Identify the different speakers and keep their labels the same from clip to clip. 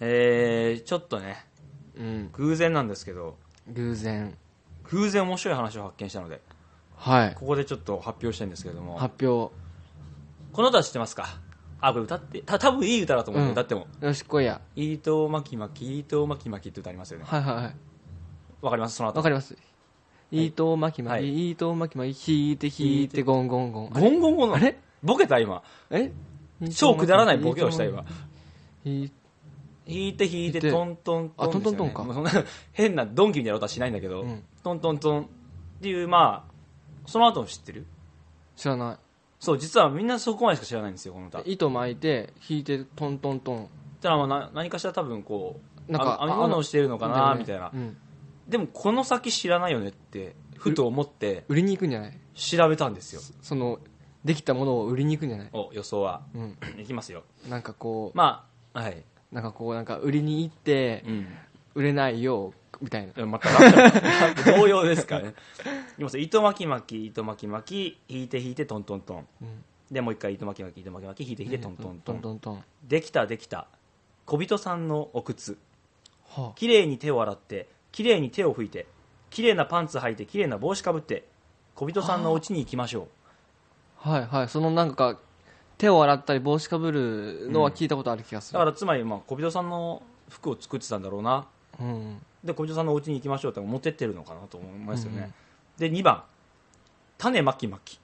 Speaker 1: えー、ちょっとね、
Speaker 2: うん。
Speaker 1: 偶然なんですけど、
Speaker 2: 偶然。
Speaker 1: 偶然面白い話を発見したので、
Speaker 2: はい。
Speaker 1: ここでちょっと発表したいんですけれども、
Speaker 2: 発表。
Speaker 1: この歌知ってますかあ、これ歌って、た多分いい歌だと思う、
Speaker 2: うん
Speaker 1: 歌っても。
Speaker 2: よし、今夜。
Speaker 1: 伊藤まきまき、伊藤まきまきって歌ありますよね。
Speaker 2: はいはいはい。
Speaker 1: わかりますその後。
Speaker 2: わかります。伊藤巻き
Speaker 1: は
Speaker 2: 巻
Speaker 1: い
Speaker 2: き、伊藤巻き巻き、引いて引いて、ゴンゴンゴン。
Speaker 1: ゴンゴンゴンなの
Speaker 2: あれ
Speaker 1: ボケた今。
Speaker 2: え
Speaker 1: 超くだらないボケをした。今。
Speaker 2: 伊藤
Speaker 1: 引いて引いて
Speaker 2: 引いて
Speaker 1: トントントン、
Speaker 2: あトントントンか
Speaker 1: ですよねもうそんな変なドンキみたいなことはしないんだけど、
Speaker 2: うん
Speaker 1: トントントンっていうまあその後も知ってる
Speaker 2: 知らな
Speaker 1: そう実はみんなそこまでしか知らないんですよこの歌だ
Speaker 2: い。糸巻いて、引いて、トントントン。
Speaker 1: からまあな何かしら多分こう
Speaker 2: なんか
Speaker 1: あ編み物をしてるのかな
Speaker 2: あの
Speaker 1: みたいな、
Speaker 2: うん
Speaker 1: でもこの先知らないよねってふと思って
Speaker 2: 売りに行くんじゃない
Speaker 1: 調べたんですよ
Speaker 2: その、できたものを売りに行くんじゃない
Speaker 1: お予想 は
Speaker 2: うん。
Speaker 1: いきますよ
Speaker 2: なんかこ、
Speaker 1: まあはいう
Speaker 2: なんかこう、なんか売りに行って、
Speaker 1: うん
Speaker 2: 売れないよ、みたいな。
Speaker 1: えまたラップラップ同様です からねいきますよ糸巻き巻き糸巻き巻き引いて引いてトントントン
Speaker 2: うん
Speaker 1: でもう一回糸巻き巻き糸巻き巻き引いて引いてトントント
Speaker 2: トン
Speaker 1: ン
Speaker 2: トントン。は
Speaker 1: できたできた小人さんのお靴
Speaker 2: あ
Speaker 1: 綺麗に手を洗って綺麗に手を拭いて綺麗なパンツ履いて綺麗な帽子かぶって小人さんのお家に行きましょ
Speaker 2: はいはい、そのなんか手を洗ったり帽子かぶるのは聞いたことある気が
Speaker 1: う
Speaker 2: す
Speaker 1: だ
Speaker 2: る、
Speaker 1: からつまりまあ小人さんの服を作ってたんだろうな
Speaker 2: うん
Speaker 1: で小人さんのお家に行きましょうって持ってってるのかなと思いますよ
Speaker 2: うんう
Speaker 1: ね
Speaker 2: ん、
Speaker 1: で2番種まきまき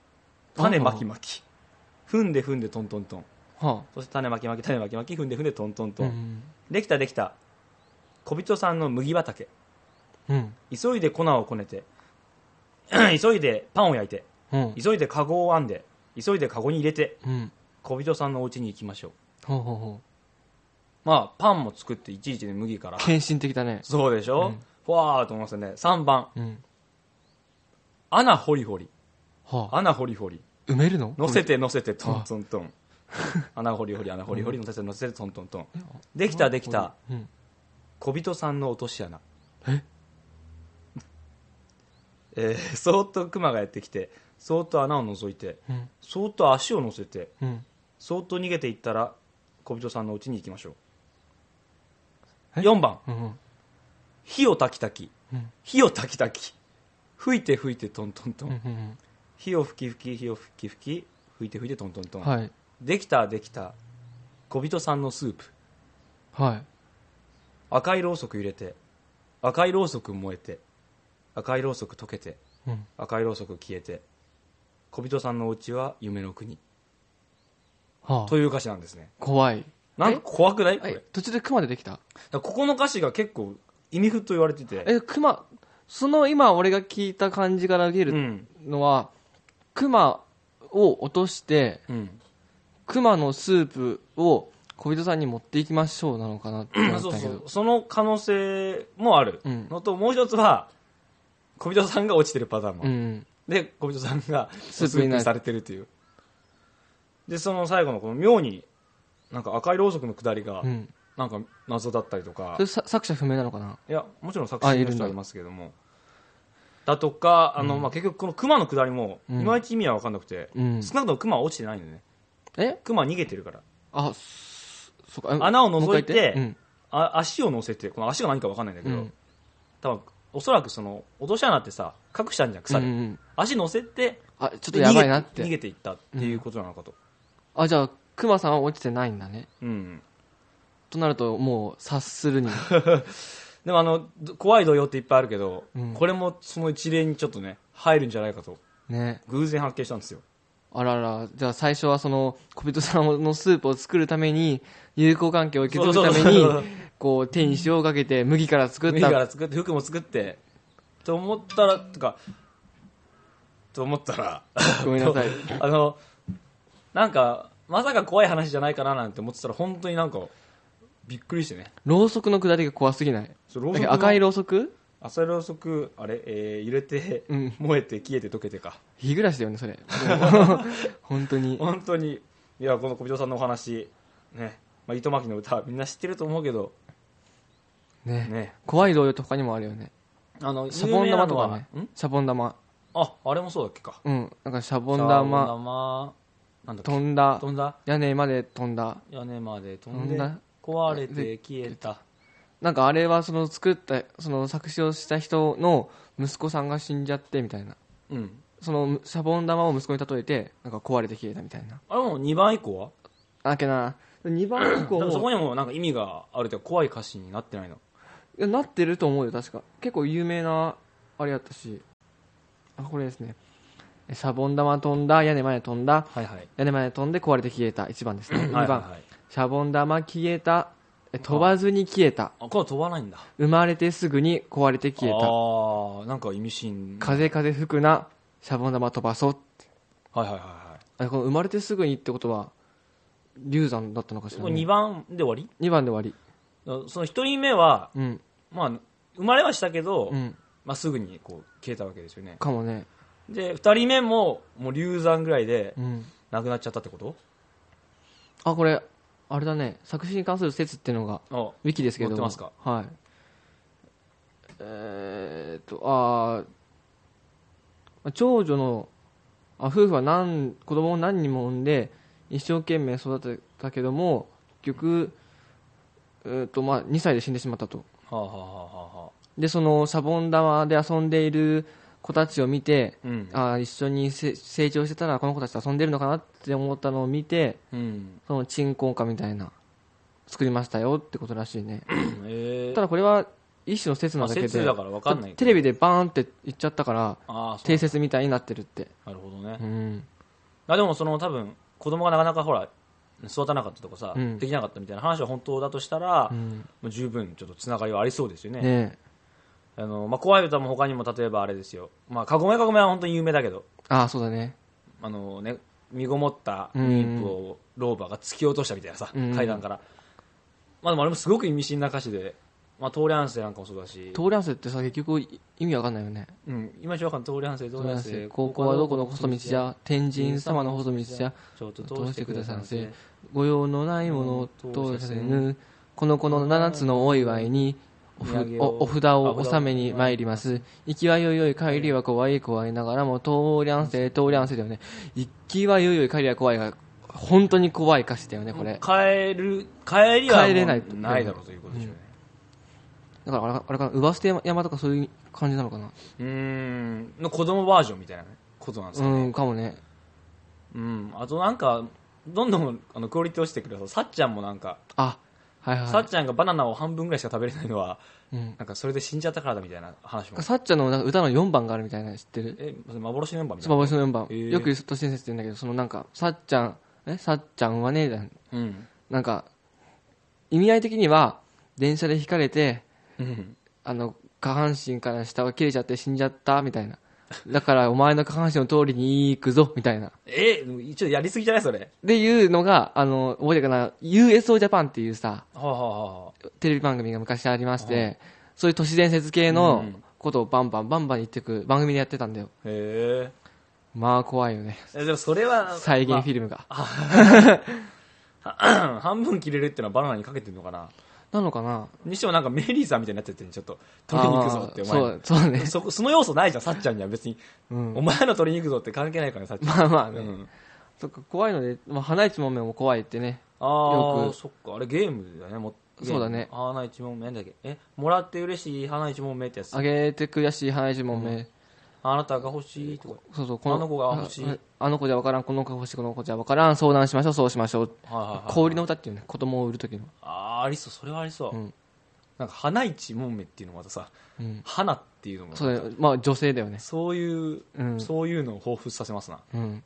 Speaker 1: 種まきまき踏んで踏んでトントントン
Speaker 2: は
Speaker 1: そして種まきまき種まきまき踏んで踏んでトントン
Speaker 2: あ、
Speaker 1: ト
Speaker 2: う
Speaker 1: ン、
Speaker 2: ん
Speaker 1: できたできた小人さんの麦畑
Speaker 2: うん
Speaker 1: 急いで粉をこねて 急いでパンを焼いて
Speaker 2: うん
Speaker 1: 急いでカゴを編んで急いでカゴに入れて
Speaker 2: うん
Speaker 1: 小人さんのお家に行きましょう
Speaker 2: ほうほうほ
Speaker 1: まあパンも作っていちいちで麦から
Speaker 2: う献身的だね
Speaker 1: そうでしょ、
Speaker 2: うん
Speaker 1: ふわーっと思いますよね3番
Speaker 2: うん
Speaker 1: 穴ホリホリ
Speaker 2: はあ
Speaker 1: 穴ホリホリ
Speaker 2: 埋めるの
Speaker 1: 乗せて乗せてトントン トン穴ホリホリ穴ホリホリ乗せて乗せてトントントンできたできた
Speaker 2: うん
Speaker 1: 小人さんの落とし穴
Speaker 2: え
Speaker 1: えー、そーっとクマがやってきてそーっと穴を覗いて
Speaker 2: うん
Speaker 1: そーっと足を乗せて
Speaker 2: うん
Speaker 1: そーっと逃げていったら小人さんの家に行きましょう
Speaker 2: え
Speaker 1: 4番
Speaker 2: うん
Speaker 1: 火をたきたき
Speaker 2: うん
Speaker 1: 火をたきたき吹いて吹いてトントントン、
Speaker 2: うんうん
Speaker 1: 火を吹き吹き火を吹き吹き吹いて吹いてトントントン、
Speaker 2: はい
Speaker 1: できたできた小人さんのスープ
Speaker 2: はい
Speaker 1: 赤いろうそく揺れて赤いろうそく燃えて赤いろうそく溶けて
Speaker 2: うん
Speaker 1: 赤いろうそく消えて小人さんのお家は夢の国
Speaker 2: はあ
Speaker 1: という歌詞なんですね
Speaker 2: 怖い
Speaker 1: なんか怖くないこれ
Speaker 2: え途中で熊出てきた
Speaker 1: だからここの歌詞が結構意味不と言われてて
Speaker 2: え熊その今俺が聞いた感じから見
Speaker 1: う
Speaker 2: る
Speaker 1: ん
Speaker 2: のは、熊を落として
Speaker 1: うん
Speaker 2: 熊のスープを小人さんに持っていきましょうなのかなって思
Speaker 1: まあ
Speaker 2: った
Speaker 1: そ
Speaker 2: ん
Speaker 1: う
Speaker 2: だけ
Speaker 1: そ
Speaker 2: ど
Speaker 1: うその可能性もある
Speaker 2: うん
Speaker 1: のと、もう一つは小人さんが落ちてるパターンもあ
Speaker 2: う
Speaker 1: る、
Speaker 2: ん
Speaker 1: で小人さんがス
Speaker 2: ス
Speaker 1: ー
Speaker 2: ー
Speaker 1: プ
Speaker 2: プになる
Speaker 1: にされてるというでその最後のこの妙になんか赤いろうそくの下りが
Speaker 2: うん
Speaker 1: なんか謎だったりとか、
Speaker 2: それさ作者不明なのかない
Speaker 1: やもちろん作詞
Speaker 2: あい
Speaker 1: の
Speaker 2: るん
Speaker 1: 人
Speaker 2: だ
Speaker 1: はいますけどもだとかあの、まあ、結局この熊の下りもい
Speaker 2: うん
Speaker 1: まいち意味は分かんなくて、
Speaker 2: うん
Speaker 1: 少なくとも熊は落ちてないんだよね
Speaker 2: え
Speaker 1: 熊は逃げてるから
Speaker 2: あそそっかえ
Speaker 1: 穴を
Speaker 2: もう
Speaker 1: 覗い
Speaker 2: 一
Speaker 1: て
Speaker 2: 回言っ
Speaker 1: あ足を乗せてこの足が何か分かんないんだけ
Speaker 2: うん
Speaker 1: ど、
Speaker 2: うん
Speaker 1: 多分おそらくその落とし穴ってさ隠したんじゃん
Speaker 2: う
Speaker 1: 草
Speaker 2: ん
Speaker 1: で、
Speaker 2: うん
Speaker 1: 足乗せて
Speaker 2: あちょっと
Speaker 1: で
Speaker 2: やばいなっ
Speaker 1: 逃げ逃
Speaker 2: て
Speaker 1: げていったっていうことなのかと、
Speaker 2: あじゃあクマさんは落ちてないんだね
Speaker 1: うん、
Speaker 2: となるともう察するに
Speaker 1: でもあのど怖い動揺っていっぱいあるけど、
Speaker 2: うん
Speaker 1: これもその一例にちょっとね入るんじゃないかと
Speaker 2: ね
Speaker 1: 偶然発見したんですよ
Speaker 2: あららじゃあ最初はその小人さんのスープを作るために友好関係を受け取るため
Speaker 1: そうそうそう
Speaker 2: にこう手に塩をかけて麦から作っ
Speaker 1: 麦か
Speaker 2: た
Speaker 1: ら作って服も作ってと思ったらとかと思ったら
Speaker 2: ごめんなさい
Speaker 1: あのなんかまさか怖い話じゃないかななんて思ってたら本当になんかびっくりしてね
Speaker 2: ろうそくのくだりが怖すぎない
Speaker 1: そうろ
Speaker 2: だ
Speaker 1: うそく
Speaker 2: っけ
Speaker 1: の
Speaker 2: 赤いろうそく
Speaker 1: 朝ろうそくあれ、えー揺れて、
Speaker 2: うん
Speaker 1: 燃えて消えて溶けてか
Speaker 2: 日暮らしだよねそれ もう本当に
Speaker 1: 本当にいやこの小人さんのお話ね、まあ、糸巻きの歌みんな知ってると思うけど
Speaker 2: ね
Speaker 1: ね
Speaker 2: 怖い動揺って他にもあるよね
Speaker 1: あの
Speaker 2: シャボン
Speaker 1: 有名な
Speaker 2: 玉
Speaker 1: の
Speaker 2: と
Speaker 1: は
Speaker 2: かね
Speaker 1: ん
Speaker 2: シャボン玉
Speaker 1: ああれもそうだっけか
Speaker 2: うんなんかシャボン
Speaker 1: シャ
Speaker 2: 玉
Speaker 1: 玉なんだっけ
Speaker 2: 飛んだ
Speaker 1: 飛んだ
Speaker 2: 屋根まで飛んだ
Speaker 1: 屋根まで飛
Speaker 2: 飛
Speaker 1: ん
Speaker 2: ん
Speaker 1: で
Speaker 2: だ
Speaker 1: 壊れて消えた。
Speaker 2: なんかあれはその作ったその作詞をした人の息子さんが死んじゃってみたいな
Speaker 1: うん。
Speaker 2: そのシャボン玉を息子に例えてなんか壊れて消えた みたいな
Speaker 1: あれもう2番以降は
Speaker 2: あけな2番以降
Speaker 1: 多分そこ
Speaker 2: も
Speaker 1: にもなんか意味があるというか怖い歌詞になってないの。
Speaker 2: いやなってると思うよ確か結構有名なあれやったしあこれですねえシャボン玉飛んだ屋根まで飛んだ
Speaker 1: はいはい。
Speaker 2: 屋根まで飛んで壊れて消えた1番ですね2
Speaker 1: はい
Speaker 2: 番、
Speaker 1: はいはい。
Speaker 2: シャボン玉消えたえ飛ばずに消えた
Speaker 1: あ、これは飛ばないんだ。
Speaker 2: 生まれてすぐに壊れて消え
Speaker 1: あ
Speaker 2: た
Speaker 1: ー、なんか意味深。はい
Speaker 2: 風風吹くなシャボン玉飛ばそう
Speaker 1: はいはいは
Speaker 2: あこの生まれてすぐにってことは流産だったのかし
Speaker 1: い。
Speaker 2: ら、
Speaker 1: これ2
Speaker 2: ね、
Speaker 1: 番で終わ
Speaker 2: 2, 番で終わ
Speaker 1: りその1人目は、
Speaker 2: りうん
Speaker 1: まあ、生まれはしたけど、
Speaker 2: うん
Speaker 1: まあ、すぐにこう消えたわけですよね。
Speaker 2: かもね
Speaker 1: で、2人目も、もう流産ぐらいで
Speaker 2: うん
Speaker 1: 亡くなっちゃったってこと
Speaker 2: あこれあれだね作詞に関する説っていうのが
Speaker 1: あ
Speaker 2: ウィキですけ
Speaker 1: 載っ
Speaker 2: ど
Speaker 1: てますか
Speaker 2: はいえー、っとあー長女のあ夫婦は何子供を何人も産んで一生懸命育てたけども結局、えーっとまあ、2歳で死んでしまったと
Speaker 1: はあ、はあはあはあはあ、
Speaker 2: でそのシャボン玉で遊んでいる子たちを見て
Speaker 1: うん。
Speaker 2: あー一緒にせ成長してたらこの子たちと遊んでるのかなって思ったのを見て
Speaker 1: うん。
Speaker 2: その鎮魂歌みたいな作りましたよってことらしいね
Speaker 1: えー
Speaker 2: ただこれは一種の説
Speaker 1: ま
Speaker 2: な
Speaker 1: あ、
Speaker 2: だけで
Speaker 1: 説だから分かんないけど
Speaker 2: テレビでバーンって言っちゃったから
Speaker 1: ああそう
Speaker 2: 定説みたいになってるって
Speaker 1: なるほどね、
Speaker 2: うん
Speaker 1: あでもその多分子供がなかなかほら育たなかったとかさ、
Speaker 2: うん
Speaker 1: できなかったみたいな話は本当だとしたら、
Speaker 2: う
Speaker 1: も
Speaker 2: ん
Speaker 1: う十分ちょっとつながりはありそうですよね
Speaker 2: ねえ
Speaker 1: あの、まあ、怖い歌も他にも例えばあれですよ「まあ、かごめかごめ」は本当に有名だけど
Speaker 2: ああそうだね
Speaker 1: あの、ね、身ごもった妊婦を老婆が突き落としたみたいなさ、
Speaker 2: うん
Speaker 1: 階段から、まあ、でもあれもすごく意味深な歌詞で、まあ、トーレアンセなんかもそうだし、
Speaker 2: 通り合わせってさ結局い意味わかんないよね
Speaker 1: うん、今一番トーレアンセトーレアンセ
Speaker 2: 高校はどこの細道じゃ天神様の細道じゃ
Speaker 1: ちょっと
Speaker 2: 通
Speaker 1: 通
Speaker 2: し
Speaker 1: してて
Speaker 2: く
Speaker 1: く
Speaker 2: だ
Speaker 1: だ
Speaker 2: さ
Speaker 1: さ
Speaker 2: ん
Speaker 1: ん
Speaker 2: せ
Speaker 1: せ
Speaker 2: 御用のないものを通させぬこの子の七つのお祝いにおふおお札を納めに参ります行きはよいよい帰りは怖い怖いながらも通りゃんせ通りゃんせだよね行きはよいよい帰りは怖いが本当に怖い歌詞だよねこれ
Speaker 1: 帰る帰りはもう
Speaker 2: 帰れないと
Speaker 1: ないだろうということでしょうね
Speaker 2: だからあれあれかな姥捨て山とかそういう感じなのかな
Speaker 1: うーんの子供バージョンみたいなことなんです
Speaker 2: う
Speaker 1: かね
Speaker 2: んかもね
Speaker 1: うん、あとなんかどんどんあのクオリティ落ちてくるさっちゃんもなんか、
Speaker 2: あはい
Speaker 1: さ
Speaker 2: は、
Speaker 1: っちゃんがバナナを半分ぐらいしか食べれないのはい
Speaker 2: うん、
Speaker 1: なんかそれで死んじゃったからだみたいな話も
Speaker 2: さっちゃんのなんか歌の4番があるみたいなの知ってる
Speaker 1: えそれ幻のメンバーみたいな
Speaker 2: 幻の4番、
Speaker 1: えー
Speaker 2: よく都市伝説って言うんだけどそのなんかさっちゃんえさっちゃんはねだ
Speaker 1: うん、
Speaker 2: なんか意味合い的には電車で引かれて
Speaker 1: うん、
Speaker 2: あの下半身から下が切れちゃって死んじゃったみたいなだからお前の下半身の通りに行くぞみたいなっ
Speaker 1: えちょっとやりすぎじゃないそれ
Speaker 2: ていうのがあの覚えてるかな USO ジャパンっていうさ
Speaker 1: はあ、はあは
Speaker 2: テレビ番組が昔ありましてそういう都市伝説系の
Speaker 1: うん
Speaker 2: ことをバンバンバンバン言ってく番組でやってたんだよ
Speaker 1: あ、へ
Speaker 2: まあ怖いよね
Speaker 1: ええでもそれは
Speaker 2: 再現フ
Speaker 1: まあ
Speaker 2: ィルムが、
Speaker 1: 半分切れるってのはバナナにかけてるのかな
Speaker 2: なのかな
Speaker 1: にしてもなんかメリーさんみたいになっちゃってるちょっと取りに行くぞってお前
Speaker 2: あーそうそうね
Speaker 1: そこその要素ないじゃんさっちゃんには別に、
Speaker 2: うん
Speaker 1: お前の取りに行くぞって関係ないからねさっちゃん
Speaker 2: まあまあね、
Speaker 1: うん
Speaker 2: そっか怖いので、まあ、花一門目も怖いってね
Speaker 1: あ
Speaker 2: よ
Speaker 1: あ
Speaker 2: く
Speaker 1: そっかあれゲームだねもゲーム
Speaker 2: そうだね
Speaker 1: 花一問目なんだっけえもらって嬉しい花一問目ってやつ
Speaker 2: あげて悔しい花一門目、
Speaker 1: あなたが欲しいとか
Speaker 2: そうそう
Speaker 1: あの子が欲しい
Speaker 2: ああの子じゃ分からんこの子が欲しいこの子じゃ分からん相談しましょうそうしましょう
Speaker 1: はいはいはい
Speaker 2: 小売りの歌っていうね子供を売る時の
Speaker 1: あーありそうそれはありそう、
Speaker 2: うん
Speaker 1: なんか花一問目っていうのもまたさ、
Speaker 2: うん
Speaker 1: 花っていうのも
Speaker 2: そうだねまあ女性だよね
Speaker 1: そういう、
Speaker 2: うん
Speaker 1: そういうのを彷彿させますな
Speaker 2: うん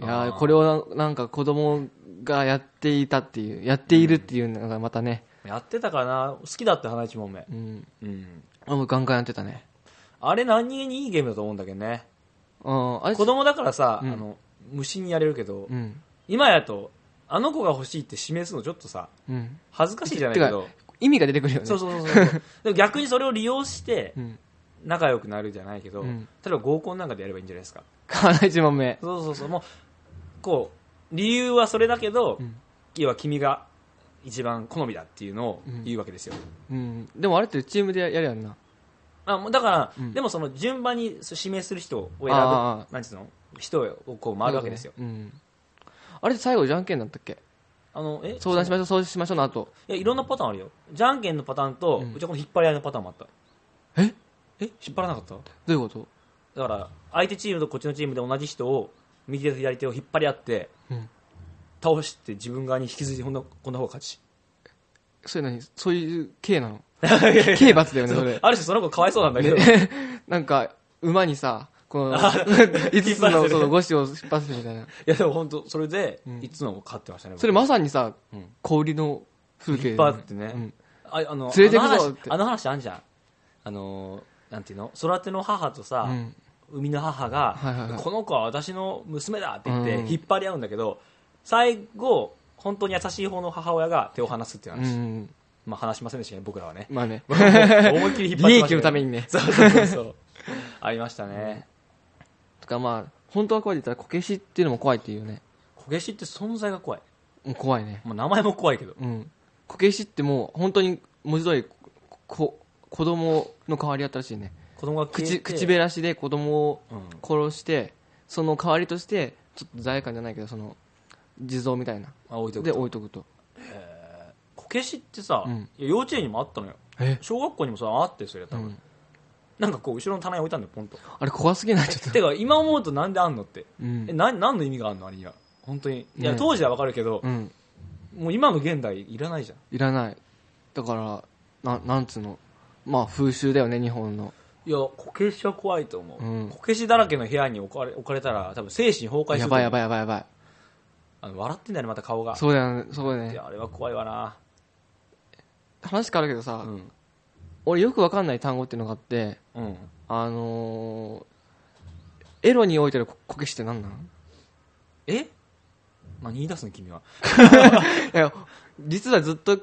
Speaker 2: いや
Speaker 1: あ
Speaker 2: ー
Speaker 1: ー
Speaker 2: これをななんか子供がやっていたっていうやっているっていうのがまたね
Speaker 1: やってたかな好きだって花一問目
Speaker 2: うん
Speaker 1: うん
Speaker 2: あもうガンガンやってたね
Speaker 1: あれ何気にいいゲームだと思うんだけどね
Speaker 2: うんあれ
Speaker 1: 子供だからさ、
Speaker 2: うん
Speaker 1: あの虫にやれるけど、
Speaker 2: うん
Speaker 1: 今やとあの子が欲しいって示すのちょっとさ
Speaker 2: うん
Speaker 1: 恥ずかしいじゃないけど
Speaker 2: て意味が出てくるよね
Speaker 1: そうそうそうそうでも逆にそれを利用して
Speaker 2: うん
Speaker 1: 仲良くなるじゃないけど、
Speaker 2: うん
Speaker 1: 例えば合コンなんかでやればいいんじゃないですか
Speaker 2: 花一門目
Speaker 1: そうそうそうもうこう理由はそれだけど、
Speaker 2: うん
Speaker 1: 要は君が一番好みだっていうのを言うわけですよ、
Speaker 2: うんでもあれってチームでやるやんな
Speaker 1: あもうだから、
Speaker 2: うん
Speaker 1: でもその順番に指名する人を選ぶ
Speaker 2: あ
Speaker 1: なんていうの人をこう回るわけですよ、
Speaker 2: うんあれ最後じゃんけんだったっけ
Speaker 1: あのえ
Speaker 2: 相談しま
Speaker 1: し
Speaker 2: しょう、そうしましょうの後。
Speaker 1: いやいろんなパターンあるよじゃんけんのパターンと、うちはこの引っ張り合いのパターンもあった
Speaker 2: え
Speaker 1: え引っ張らなかった
Speaker 2: どういうこと
Speaker 1: だから相手チームとこっちのチームで同じ人を右手と左手を引っ張り合って、
Speaker 2: うん
Speaker 1: 倒して自分側に引きずりこんなこんな方が勝ち
Speaker 2: それ何そういう 刑 なの
Speaker 1: いやいや
Speaker 2: 刑罰だよね、それ。
Speaker 1: ある種その子かわいそうなんだけど
Speaker 2: なんか、馬にさ、この、
Speaker 1: 引
Speaker 2: 5
Speaker 1: っ
Speaker 2: つ
Speaker 1: 張らせ
Speaker 2: の
Speaker 1: る
Speaker 2: その5子を引っ張らせるみたいな。
Speaker 1: いやでも本当それで
Speaker 2: うん
Speaker 1: いつのも勝ってましたね、
Speaker 2: それまさにさ
Speaker 1: うん、
Speaker 2: 氷の風景
Speaker 1: 引っ
Speaker 2: だ
Speaker 1: 張
Speaker 2: よね
Speaker 1: ってね、
Speaker 2: うん
Speaker 1: ああの
Speaker 2: 連れて
Speaker 1: あ
Speaker 2: くぞ
Speaker 1: の話
Speaker 2: って
Speaker 1: あの話あんじゃんあのーなんていうの育ての母とさ、
Speaker 2: うん
Speaker 1: 生みの母が、
Speaker 2: はいはいはい
Speaker 1: この子は私の娘だって言っ
Speaker 2: うん
Speaker 1: て引っ張り合うんだけど、最後本当に優しい方の母親が手を離すっていう
Speaker 2: うんう
Speaker 1: 話、
Speaker 2: ん。
Speaker 1: まあ話しませんでしたね僕らはね
Speaker 2: まあ ね。
Speaker 1: 僕はもう思いっきり引っ張って
Speaker 2: 利
Speaker 1: ました
Speaker 2: 益のためにね。
Speaker 1: そうそうそう そうありましたね
Speaker 2: とかまあ、本当は怖いって言ったら、こけしっていうのも怖いっていうよね。
Speaker 1: こけしって存在が怖い
Speaker 2: もう怖いね。
Speaker 1: もう名前も怖いけど
Speaker 2: うん。こけしってもう、本当に文字通り、こ、子供の代わりだったらしいね。
Speaker 1: 子供が消えて
Speaker 2: 口、口べらしで子供を
Speaker 1: うん
Speaker 2: 殺して、その代わりとして、ちょっと罪悪感じゃないけど、その、地蔵みたいな。
Speaker 1: あ置いてお
Speaker 2: で
Speaker 1: くと
Speaker 2: 置いとくと。
Speaker 1: こけしってさ、
Speaker 2: うん
Speaker 1: いや幼稚園にもあったのよ
Speaker 2: え
Speaker 1: 小学校にもさあってそれ多分、
Speaker 2: うん
Speaker 1: なんかこう後ろの棚に置いたんだよポンと
Speaker 2: あれ怖すぎないちょっと。
Speaker 1: てか今思 うとなんであんのって、
Speaker 2: うん
Speaker 1: え。な何の意味があんのあれには本当にいや、
Speaker 2: ね
Speaker 1: 当時はわかるけど
Speaker 2: う、ん。
Speaker 1: もう今の現代いらないじゃん
Speaker 2: いらない。だから、ななんつうの。まあ、風習だよね、日本の。
Speaker 1: いやこけしは怖いと思う、
Speaker 2: うん
Speaker 1: こけしだらけの部屋に置かれ置かれたら多分精神崩壊する
Speaker 2: やばいやば
Speaker 1: い
Speaker 2: いやばいやばい。
Speaker 1: あの笑ってんだよねまた顔が
Speaker 2: そうだよね、そうだよ
Speaker 1: い
Speaker 2: ね。
Speaker 1: やあれは怖いわな、
Speaker 2: 話変わるけどさ、
Speaker 1: うん
Speaker 2: 俺よくわかんない単語っていうのがあって、
Speaker 1: うん、
Speaker 2: あのー、エロにおいてのここけしって何なん
Speaker 1: え何言い出すの君はい
Speaker 2: や、実はずっと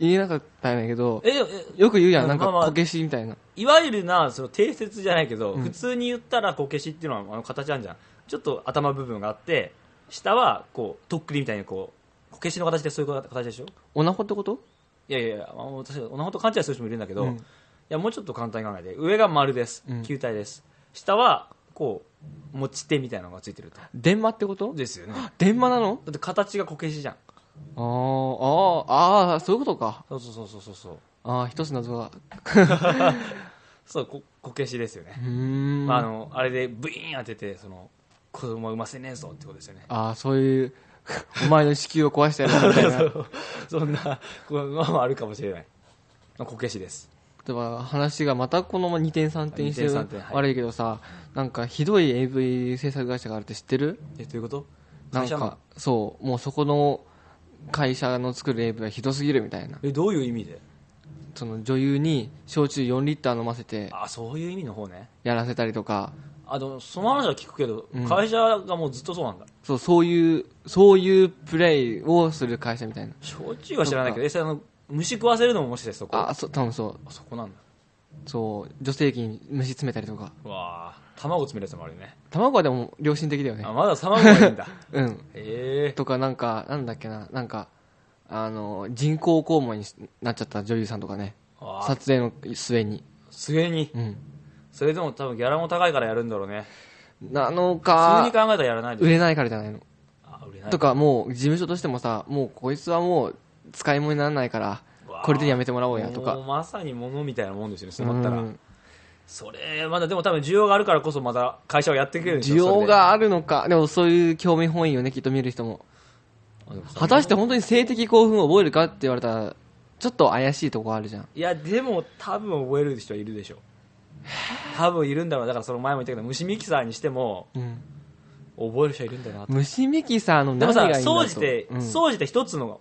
Speaker 2: 言えなかったんやけど、
Speaker 1: ええ
Speaker 2: よく言うやん、なんか
Speaker 1: まあまあ
Speaker 2: こけしみたいな。
Speaker 1: いわゆるなその定説じゃないけど、
Speaker 2: うん
Speaker 1: 普通に言ったらこけしっていうのはあの形あるじゃんちょっと頭部分があって下はこうとっくりみたいにこうこけしの形でそういう形でしょ
Speaker 2: おなほってこと
Speaker 1: いやいやいやあの私おなほと勘違いする人もいるんだけど、
Speaker 2: うん
Speaker 1: いやもうちょっと簡単に考えて上が丸です、
Speaker 2: うん
Speaker 1: 球体です下はこう持ち手みたいなのがついてると
Speaker 2: 電話ってこと
Speaker 1: ですよねだ
Speaker 2: 電話なの
Speaker 1: って形がこけしじゃん
Speaker 2: あー、あー、あー、そういうことか。
Speaker 1: そうそうそうそうそう
Speaker 2: あー、一つ謎が。
Speaker 1: そうここけしですよね、
Speaker 2: うーん。
Speaker 1: まあ、あ
Speaker 2: あ
Speaker 1: のあれでブイーン当ててその子供は産ませねえぞってことですよね
Speaker 2: あー、そういう、お前の子宮を壊したやつみたいな。例
Speaker 1: そんなこうまあまああるかもしれないこけしです
Speaker 2: えば話がまたこのまま2点3点して
Speaker 1: 二転三転はい
Speaker 2: 悪いけどさ、なんかひどい AV 制作会社があるって知ってる
Speaker 1: えということ
Speaker 2: なん
Speaker 1: 会社
Speaker 2: か
Speaker 1: の
Speaker 2: そうもうそこの会社の作る AV はひどすぎるみたいな
Speaker 1: えどういう意味で
Speaker 2: その女優に焼酎4リッター飲ませて
Speaker 1: あそういう意味の方ね
Speaker 2: やらせたりとか
Speaker 1: あでもその話は聞くけど、
Speaker 2: うん
Speaker 1: 会社がもうずっとそうなんだ
Speaker 2: そうそういうそういうプレイをする会社みたいな
Speaker 1: 焼酎は知らないけどえそれあの虫食わせるのももしかしてそこ
Speaker 2: あそう多分そ
Speaker 1: あそこなんだ
Speaker 2: うそう女性器に虫詰めたりとか
Speaker 1: うわあ卵詰めるやつもあるよね
Speaker 2: 卵はでも良心的だよね
Speaker 1: あまだ卵がいいんだ
Speaker 2: うん
Speaker 1: ええ
Speaker 2: とかなんかなんだっけななんかあの人工肛門になっちゃった女優さんとかね
Speaker 1: ああ
Speaker 2: 撮影の末に
Speaker 1: 末に
Speaker 2: うん
Speaker 1: それでも多分ギャラも高いからやるんだろうね
Speaker 2: なの
Speaker 1: 普通に
Speaker 2: か
Speaker 1: 考えたらやらないで
Speaker 2: 売
Speaker 1: しょ
Speaker 2: れないからじゃないの
Speaker 1: あ売れない
Speaker 2: とかもう事務所としてもさもうこいつはもう使い物にならないから
Speaker 1: わあ
Speaker 2: これでやめてもらおうやと
Speaker 1: もう
Speaker 2: か
Speaker 1: まさに物みたいなもんですよねそうなったら、
Speaker 2: うん
Speaker 1: それまだでも多分需要があるからこそまた会社をやってくれるでしょ
Speaker 2: 需
Speaker 1: それ
Speaker 2: 要
Speaker 1: で
Speaker 2: があるのかでもそういう興味本位をねきっと見る人も
Speaker 1: あでもさ
Speaker 2: 果たして本当に性的興奮を覚えるかって言われたらちょっと怪しいとこあるじゃん
Speaker 1: いやでも多分覚える人はいるでしょ多分いるんだろうだからその前も言ったけど虫ミキサーにしても
Speaker 2: うん
Speaker 1: 覚える人いるんだなと
Speaker 2: 虫ミキサーの
Speaker 1: でも
Speaker 2: 何がいい
Speaker 1: さ
Speaker 2: んだと
Speaker 1: 総じて
Speaker 2: うん
Speaker 1: 総じて一つの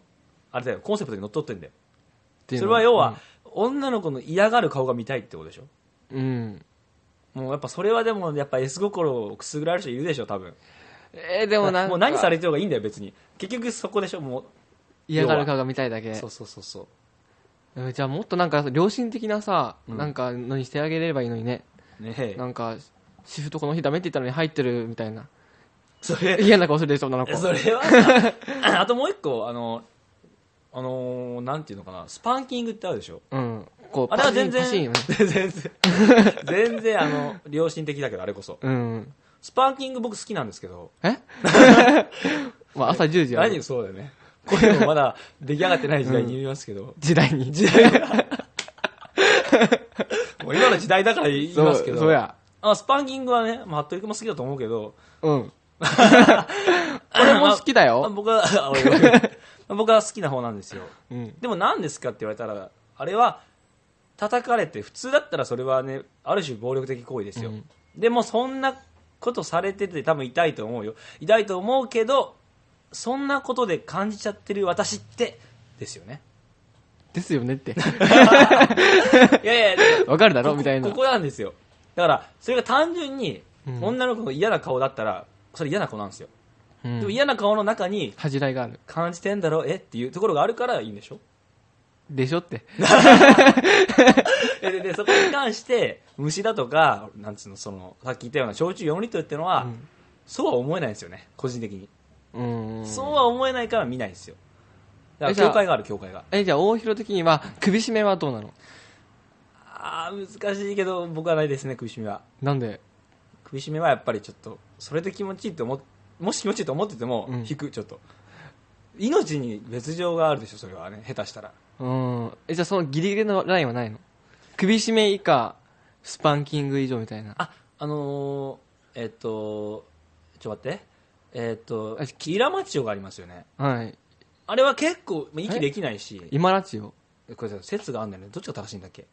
Speaker 1: あれだよコンセプトにのっとってんだよ
Speaker 2: っていう
Speaker 1: そ
Speaker 2: の
Speaker 1: れは要は、女の子の嫌がる顔が見たいってことでしょ
Speaker 2: うんうん
Speaker 1: もうやっぱそれはでもやっぱ S 心をくすぐられる人いるでしょ多分
Speaker 2: えーでもなんか
Speaker 1: もう何されてようがいいんだよ別に結局そこでしょもう
Speaker 2: 嫌がる顔が見たいだけ
Speaker 1: そうそうそうそう
Speaker 2: えーじゃあもっとなんか良心的なさ、
Speaker 1: うん
Speaker 2: なんかのにしてあげれればいいのにね
Speaker 1: ねえ
Speaker 2: なんかシフトこの日ダメって言ったのに入ってるみたいな
Speaker 1: それ
Speaker 2: 嫌な顔するでしょ女の子
Speaker 1: それは さあともう一個あのあのーなんていうのかなスパンキングってあるでしょ
Speaker 2: うん。こう、
Speaker 1: あれは全然
Speaker 2: パシーンパシ
Speaker 1: 全然 全然あの良心的だけどあれこそ
Speaker 2: ーンうん。
Speaker 1: スパンキング僕好きなんですけど
Speaker 2: えまあ朝10時は
Speaker 1: 何そうだよねこれもまだ出来上がってない時代に言いますけ ど、
Speaker 2: 時代に。
Speaker 1: 時代 がもう今の時代だから言いますけど
Speaker 2: そうそうや。
Speaker 1: あスパンキングはね、まあ、服部君も好きだと思うけど
Speaker 2: うん。俺も好きだ
Speaker 1: あ
Speaker 2: よ。
Speaker 1: 僕はあ俺 俺僕は好きな方なんですよ
Speaker 2: うん。
Speaker 1: でも何ですかって言われたらあれは叩かれて普通だったらそれはねある種暴力的行為ですよ、
Speaker 2: うん
Speaker 1: でもそんなことされてて多分痛いと思うよ痛いと思うけどそんなことで感じちゃってる私ってです よね
Speaker 2: ですよねって。
Speaker 1: いやいやだから
Speaker 2: わかるだろ
Speaker 1: こ
Speaker 2: みたいな
Speaker 1: こ。こなんですよだからそれが単純に
Speaker 2: うん
Speaker 1: 女の子の嫌な顔だったらそれ嫌な子なんですよ、
Speaker 2: う
Speaker 1: でも
Speaker 2: ん。
Speaker 1: 嫌な顔の中に
Speaker 2: 恥じらいがある。
Speaker 1: 感じてんだろえっていうところがあるからいいんでしょ
Speaker 2: でしょって。
Speaker 1: でででそこに関して虫だとかなんつうのそのさっき言ったような焼酎4リットルってのは、
Speaker 2: うん
Speaker 1: そうは思えないんですよね個人的に、
Speaker 2: うん。
Speaker 1: そうは思えないから見ないんですよだから
Speaker 2: えじゃあ
Speaker 1: 境界がある境界が
Speaker 2: え、じゃあ、大広的には、首絞めはどうなの
Speaker 1: あー難しいけど僕はないですね首絞めは
Speaker 2: なんで
Speaker 1: 首絞めはやっぱりちょっとそれで気持ちいいと思っもし気持ちいいと思ってても
Speaker 2: うん
Speaker 1: 引く、ちょっと命に別状があるでしょそれはね下手したら
Speaker 2: うん。え、じゃあ、そのギリギリのラインはないの首絞め以下、スパンキング以上みたいな。
Speaker 1: ああのーえっとちょっと待ってえっと
Speaker 2: あ
Speaker 1: キラマチオがありますよね
Speaker 2: はい。
Speaker 1: あれは結構まあ息できないし
Speaker 2: 今ラチオ。
Speaker 1: これさ説があるんだよねどっちが正しいんだっけ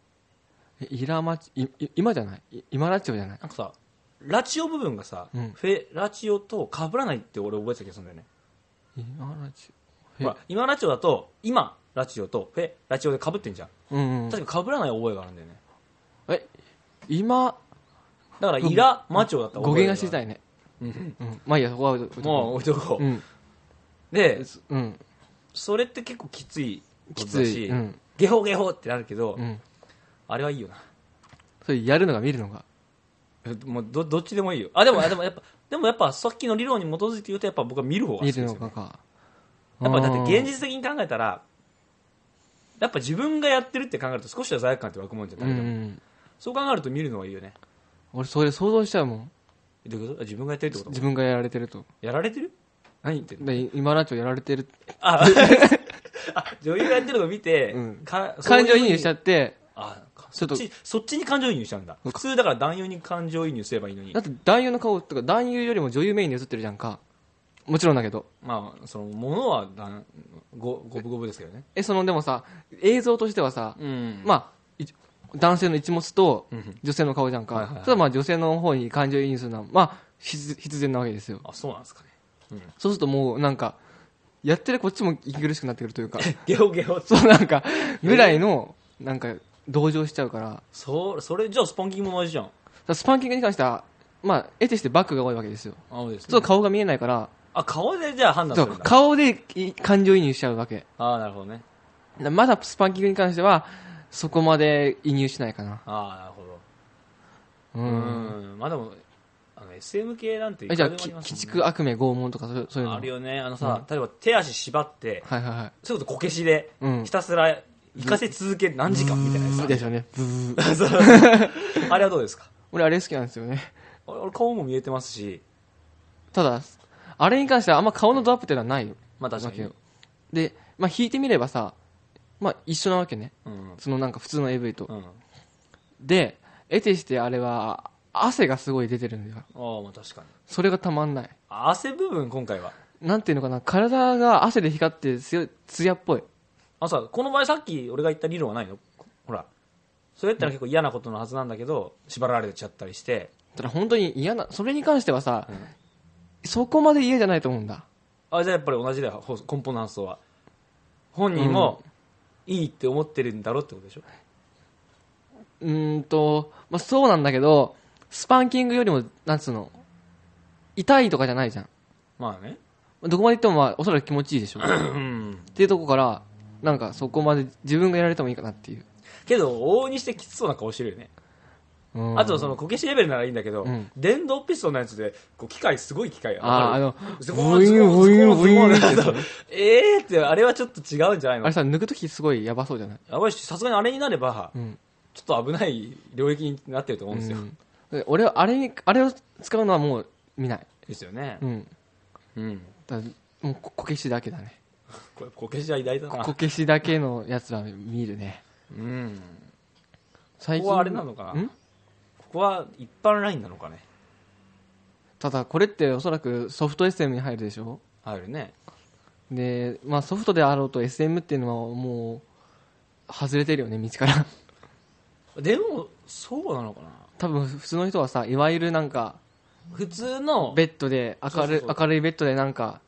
Speaker 2: えイラマチ、いい今じゃないい今ラチオじゃない
Speaker 1: なんかさラチオ部分がさ、
Speaker 2: うん
Speaker 1: フェラチオと被らないって俺覚えてた気がするんだよね
Speaker 2: 今ラチオ。
Speaker 1: ほら今ラチオだと今ラチオとフェラチオで被ってんじゃん
Speaker 2: えうん、うん。
Speaker 1: 確か被らない覚えがあるんだよね
Speaker 2: え、今、
Speaker 1: だからイラマチョだった
Speaker 2: 語源が知りた
Speaker 1: い
Speaker 2: いね。うん。まあいいや、そこは置いとこ
Speaker 1: もう置いとこう、
Speaker 2: うん。
Speaker 1: で
Speaker 2: うん。
Speaker 1: それって結構きついこと
Speaker 2: き
Speaker 1: だ
Speaker 2: つ
Speaker 1: し
Speaker 2: い。うん。
Speaker 1: ゲホゲホってなるけど、
Speaker 2: うん。
Speaker 1: あれはいいよな
Speaker 2: それやるのが見るのが。
Speaker 1: えもうどどっちでもいいよあでもあでもやっぱでもやっぱさっきの理論に基づいて言うとやっぱ僕は見る方が好きで
Speaker 2: 見
Speaker 1: す
Speaker 2: る
Speaker 1: よ
Speaker 2: の
Speaker 1: ね
Speaker 2: がか。
Speaker 1: やっぱだって現
Speaker 2: 実。
Speaker 1: 実的に考えたらやっぱ自分がやってるって考えると少しは罪悪感って湧くもんじゃな
Speaker 2: う
Speaker 1: んい、
Speaker 2: うん。
Speaker 1: そう考えると見るのはいいよね
Speaker 2: 俺、それ想像しちゃうもん。
Speaker 1: どういうこと自分がやってるってこと
Speaker 2: 自分がやられてると。
Speaker 1: やられてる何言ってるの
Speaker 2: で今ラチオやられてる。
Speaker 1: ああ女優がやってるのを見て、
Speaker 2: うん
Speaker 1: か
Speaker 2: 感情移入しちゃ
Speaker 1: う
Speaker 2: って、
Speaker 1: あか
Speaker 2: ち
Speaker 1: そ
Speaker 2: ょ
Speaker 1: っ
Speaker 2: っと
Speaker 1: ちそっちに感情移入しちゃうんだ普通だから男優に感情移入すればいいのに
Speaker 2: だって男優の顔とか、男優よりも女優メインに映ってるじゃんか。もちろんだけど。
Speaker 1: まあそのものはだんごごぶごぶですけどね
Speaker 2: え、その、でもさ、映像としてはさ、
Speaker 1: うん
Speaker 2: まあ、い男性の一物と
Speaker 1: うん
Speaker 2: 女性の顔じゃん
Speaker 1: はいはい
Speaker 2: か
Speaker 1: は。い
Speaker 2: ただまあ女性の方に感情移入するのは、まあ、必必然なわけですよ。
Speaker 1: あそうなんですかね
Speaker 2: そうするともうなんか、やってるこっちも息苦しくなってくるというか、
Speaker 1: ゲホゲホ
Speaker 2: そうなんか、ぐらいの、なんか、同情しちゃうから、だか
Speaker 1: そうそれじゃあスパンキングも同じじゃん
Speaker 2: らスパンキングに関しては、まあ、得てしてバックが多いわけですよ。
Speaker 1: あそうですね
Speaker 2: そう顔が見えないから、
Speaker 1: あ顔でじゃあ判断
Speaker 2: そ
Speaker 1: す
Speaker 2: う
Speaker 1: るんだ
Speaker 2: 顔でい感情移入しちゃうわけ。
Speaker 1: ああなるほどね
Speaker 2: だまだスパンキングに関しては、そこまで移入しないかな。
Speaker 1: ああなるほど
Speaker 2: う。
Speaker 1: うんんまあでもあの SM 系なんてい
Speaker 2: え
Speaker 1: く
Speaker 2: じゃ
Speaker 1: ら
Speaker 2: あ、
Speaker 1: でも
Speaker 2: き
Speaker 1: りま
Speaker 2: 鬼
Speaker 1: すもん
Speaker 2: 畜悪名拷問とかそうそういう
Speaker 1: ね
Speaker 2: の。
Speaker 1: あるよねあのさ、例えば手足縛って
Speaker 2: はいはいはい。
Speaker 1: それこそこけしで、
Speaker 2: うん
Speaker 1: ひたすら行かせ続け何時間みたいな
Speaker 2: ブー
Speaker 1: や
Speaker 2: ですよね。ブー
Speaker 1: つ そうあれはどうですか
Speaker 2: 俺あれ好きなんですよね。
Speaker 1: あれ俺顔も見えてますした
Speaker 2: だ、あれに関してはあんま顔のドアップっていうのはないよ。
Speaker 1: まあ確かに
Speaker 2: わけよで、まあ、引いてみればさ、まあ、一緒なわけね。
Speaker 1: うん
Speaker 2: そのなんか普通の AV と。
Speaker 1: うんあ
Speaker 2: で、得てしてあれは、汗がすごい出てるんだよ。
Speaker 1: あまあ確かに
Speaker 2: それがたまんない。
Speaker 1: あ汗部分今回は
Speaker 2: なんていうのかな、体が汗で光って強い、艶っぽい。
Speaker 1: あのさこの場合さっき俺が言った理論はないのほらそれやったら結構嫌なことのはずなんだけど縛られちゃったりして
Speaker 2: ただ本当に嫌な、それに関してはさ、そこまで嫌じゃないと思うんだ。
Speaker 1: あじゃあやっぱり同じだよほ根本の発想は本人もいいって思ってるんだろうってことでしょ、
Speaker 2: うーんと、まあ、そうなんだけど、スパンキングよりも、なんつうの、痛いとかじゃないじゃん。
Speaker 1: まあね
Speaker 2: どこまで行っても、まあ、おそらく気持ちいいでしょ。っていうとこから、なんかそこまで自分がやられてもいいかなっていう。
Speaker 1: けど往々にしてきつそうな顔してるよね、
Speaker 2: うん
Speaker 1: あとそのこけしレベルならいいんだけど、
Speaker 2: うん
Speaker 1: 電動ピストルのやつでこう機械すごい機械
Speaker 2: あーあ
Speaker 1: わ
Speaker 2: の
Speaker 1: かるズコンズコン
Speaker 2: ブイーン
Speaker 1: ズコンズコン
Speaker 2: ブイーンブイーン
Speaker 1: ズコンえーってあれはちょっと違うんじゃない
Speaker 2: あれ
Speaker 1: の
Speaker 2: さ、抜くときすごいやばそうじゃない
Speaker 1: やばいしさすがにあれになれば、
Speaker 2: うん
Speaker 1: ちょっと危ない領域になってると思うんですよ、
Speaker 2: で俺はあれに、あれを使うのはもう見ない。
Speaker 1: ですよね
Speaker 2: う、ん。
Speaker 1: うん
Speaker 2: だからもうここけしだけだね。
Speaker 1: これこけしは偉大だな
Speaker 2: こけしだけのやつは見るね
Speaker 1: うん
Speaker 2: 最
Speaker 1: ここはあれなのかなんここは一般ラインなのかね
Speaker 2: ただこれっておそらくソフト SM に入るでしょ
Speaker 1: 入るね
Speaker 2: で、まあ、ソフトであろうと SM っていうのはもう外れてるよね道から
Speaker 1: でもそうなのかな
Speaker 2: 多分普通の人はさいわゆるなんか
Speaker 1: 普通の
Speaker 2: ベッドで
Speaker 1: そ
Speaker 2: 明
Speaker 1: うそう
Speaker 2: る
Speaker 1: そう
Speaker 2: 明るいベッドでなんか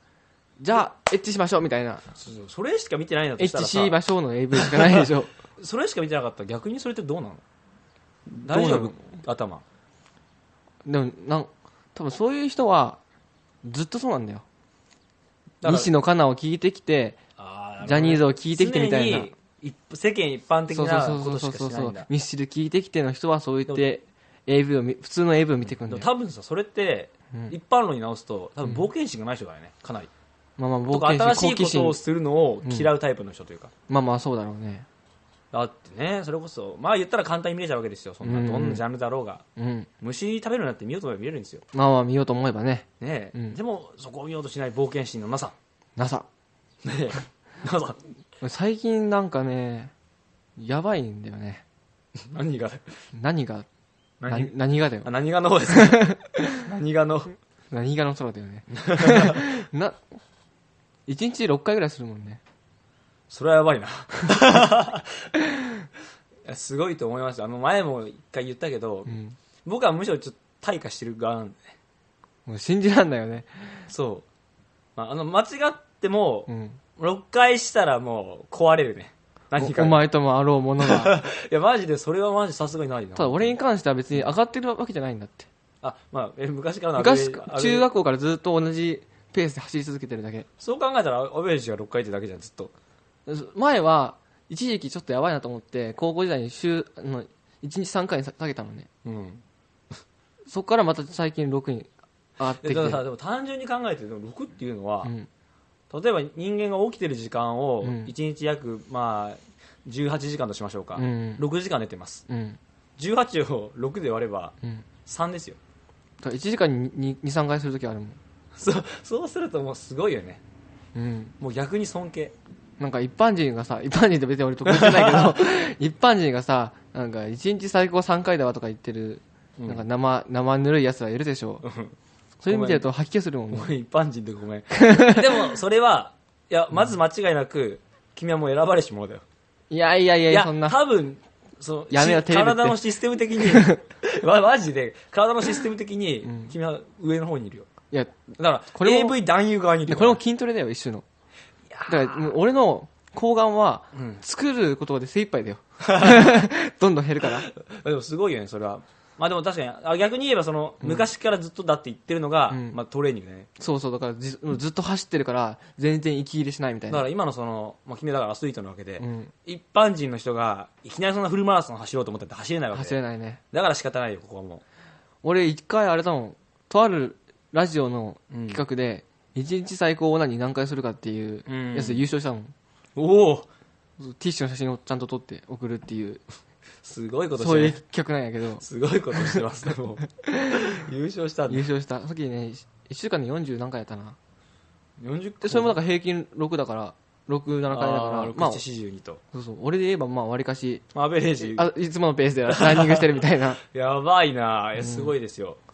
Speaker 2: じゃあエッチしましょうみたいな
Speaker 1: そうそうそれしか見てないんだ
Speaker 2: エ
Speaker 1: とした
Speaker 2: ッ
Speaker 1: ら
Speaker 2: チ
Speaker 1: さ
Speaker 2: しましょうの AV しかないで しょ
Speaker 1: それしか見てなかったら逆にそれってどうなの
Speaker 2: ど
Speaker 1: 大
Speaker 2: うなの
Speaker 1: 丈夫頭
Speaker 2: でもなん多分そういう人はずっとそうなんだよ
Speaker 1: だから
Speaker 2: 西野カナを聞いてきて
Speaker 1: あ
Speaker 2: ジャニーズを聞いてきてみたいな
Speaker 1: 常に一世間一般的
Speaker 2: そう
Speaker 1: な
Speaker 2: そう
Speaker 1: こ
Speaker 2: そ
Speaker 1: とし
Speaker 2: うそう
Speaker 1: か
Speaker 2: そう
Speaker 1: し
Speaker 2: そ
Speaker 1: な
Speaker 2: う
Speaker 1: いんだ
Speaker 2: ミスチル聞いてきての人はそう言って AV を見普通の AV を見てくん
Speaker 1: で
Speaker 2: だ
Speaker 1: も
Speaker 2: よ
Speaker 1: 多分さそれって
Speaker 2: うん
Speaker 1: 一般論に直すと多分冒険心がない人だよねかなり
Speaker 2: まあまあ
Speaker 1: と
Speaker 2: 冒
Speaker 1: か新
Speaker 2: 険心好
Speaker 1: しい
Speaker 2: 奇
Speaker 1: こと
Speaker 2: 心
Speaker 1: をするのを嫌うタイプの人というか
Speaker 2: まあまあそうだろうね
Speaker 1: だってねそれこそまあ言ったら簡単に見れちゃうわけですよそん
Speaker 2: うん
Speaker 1: などんなジャンルだろうが
Speaker 2: うん
Speaker 1: 虫食べるなって見ようと思えば見れるんですよ
Speaker 2: まあまあ見ようと思えばね
Speaker 1: ねえ
Speaker 2: うん
Speaker 1: でもそこを見ようとしない冒険心のなさ
Speaker 2: NASA
Speaker 1: ねえなさ
Speaker 2: 最近なんかねやばいんだよね
Speaker 1: 何が
Speaker 2: 何がな
Speaker 1: 何
Speaker 2: 何がだよ
Speaker 1: あ何がの方です か何がの
Speaker 2: 何がの空だよ ねな1日6回ぐらいするもんね
Speaker 1: それはや ばいないやすごいと思いましたあの前も一回言ったけど、
Speaker 2: うん
Speaker 1: 僕はむしろちょっと退化してる側なんで
Speaker 2: もう信じらんないよね
Speaker 1: そう、まあ、あの間違っても
Speaker 2: うん
Speaker 1: 6回したらもう壊れるね何か
Speaker 2: おお
Speaker 1: が
Speaker 2: 前ともあろうものが
Speaker 1: いやマジでそれはマジさすがにないな
Speaker 2: ただ俺に関しては別に上がってるわけじゃないんだって
Speaker 1: あ、まあ、え昔からのアベ
Speaker 2: 昔か中学校からずっと同じペースで走り続けてるだけ
Speaker 1: そう考えたらアベレージが6回ってだけじゃんずっと
Speaker 2: そ前は一時期ちょっとやばいなと思って高校時代に週あの1日3回に下げたのね
Speaker 1: うん
Speaker 2: そこからまた最近6に上がって
Speaker 1: で
Speaker 2: き
Speaker 1: た
Speaker 2: て
Speaker 1: ださでも単純に考えてでも6っていうのは、
Speaker 2: うん
Speaker 1: 例えば人間が起きてる時間を
Speaker 2: うん
Speaker 1: 1日約、まあ、18時間としましょうか、
Speaker 2: うん
Speaker 1: 6時間寝てます
Speaker 2: うん
Speaker 1: 18を6で割れば
Speaker 2: うん
Speaker 1: 3ですよ
Speaker 2: だから1時間に23回するときあるもん
Speaker 1: そそうするともうすごいよね
Speaker 2: うん
Speaker 1: もう逆に尊敬
Speaker 2: なんか一般人がさ、一般人って別に俺得意じゃない けど、一般人がさ、なんか一日最高3回だわとか言ってる、
Speaker 1: うん
Speaker 2: なんか生、生ぬるい奴らいるでしょ。そういう意味で言うと吐き気するもんね
Speaker 1: も。う一般人でごめん でもそれはいやまず間違いなく君はもう選ばれし者だよ
Speaker 2: いやいやい
Speaker 1: い
Speaker 2: や、
Speaker 1: や
Speaker 2: そんな。
Speaker 1: 多分その
Speaker 2: やめよ
Speaker 1: し
Speaker 2: テレビって
Speaker 1: 体のシステム的に まマジで体のシステム的に
Speaker 2: ん
Speaker 1: 君は上の方にいるよ
Speaker 2: いや、
Speaker 1: だから
Speaker 2: これも
Speaker 1: AV 男優側にいる
Speaker 2: これも筋トレだよ、一種の。だから、もう俺の睾丸は、
Speaker 1: うん
Speaker 2: 作ることで精一 杯だよ。どんどん減るから。
Speaker 1: まあでもすごいよね、それは。まあでも確かに、あ逆に言えばその、昔からずっとだって言ってるのが、
Speaker 2: うん
Speaker 1: まあトレーニングだね。
Speaker 2: そうそう、だからずもうずっと走ってるから、全然息切れしないみた
Speaker 1: だ
Speaker 2: い
Speaker 1: か
Speaker 2: な。
Speaker 1: ら今のその、まあ君はだからアスリートなわけで、
Speaker 2: うん。
Speaker 1: 一般人の人が、いきなりそんなフルマラソン走ろうと思ったって走れないわけ
Speaker 2: 走
Speaker 1: で。
Speaker 2: れないね。
Speaker 1: だから仕方ないよ、ここはも
Speaker 2: 俺一回あれだもんとあるラジオの企画で一日最高オナニー何回するかっていう
Speaker 1: うん
Speaker 2: やつで優勝したもん、
Speaker 1: う。おお
Speaker 2: ティッシュの写真をちゃんと撮って送るっていう
Speaker 1: すごいことし
Speaker 2: そう
Speaker 1: て
Speaker 2: い
Speaker 1: ま
Speaker 2: う
Speaker 1: す。
Speaker 2: 企画なんやけど
Speaker 1: すごいことしてますね、もう。優勝したん
Speaker 2: 優
Speaker 1: だ。
Speaker 2: 勝したさっきね1週間で40何回やったな
Speaker 1: 40
Speaker 2: でそれもなんか平均6だから67回だ
Speaker 1: あ
Speaker 2: から
Speaker 1: ー
Speaker 2: まあ
Speaker 1: 6 42と。
Speaker 2: そうそう俺で言えばまあわりかし
Speaker 1: まあアベレージ、
Speaker 2: あいつものペースでランニングしてるみた いな
Speaker 1: やばいなえすごいですよ。
Speaker 2: うん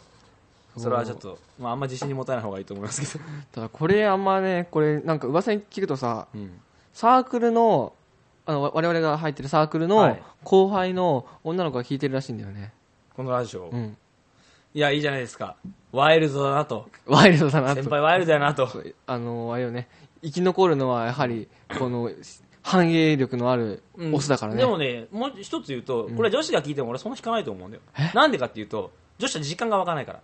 Speaker 1: それはちょっと、まああんま自信に持たない方がいいと思いますけど。
Speaker 2: ただこれあんまねこれなんか噂に聞くとさ
Speaker 1: うん。
Speaker 2: サークルのあのわ我々が入ってるサークル
Speaker 1: は
Speaker 2: の
Speaker 1: い
Speaker 2: 後輩の女の子が聞いてるらしいんだよね、
Speaker 1: このラジオ
Speaker 2: う。ん、
Speaker 1: いや、いいじゃないですか。ワイルドだなと。
Speaker 2: ワイルドだな
Speaker 1: 先
Speaker 2: と
Speaker 1: 輩ワイルドだなと。
Speaker 2: あのあれよね生き残るのはやはりこの反映力のある
Speaker 1: うん
Speaker 2: オスだからね、
Speaker 1: でもね、もう一つ言うと、これは女子が聞いても俺そんな引かないと思うんだよ。なんでかっていうと、女子は実感がわからないから。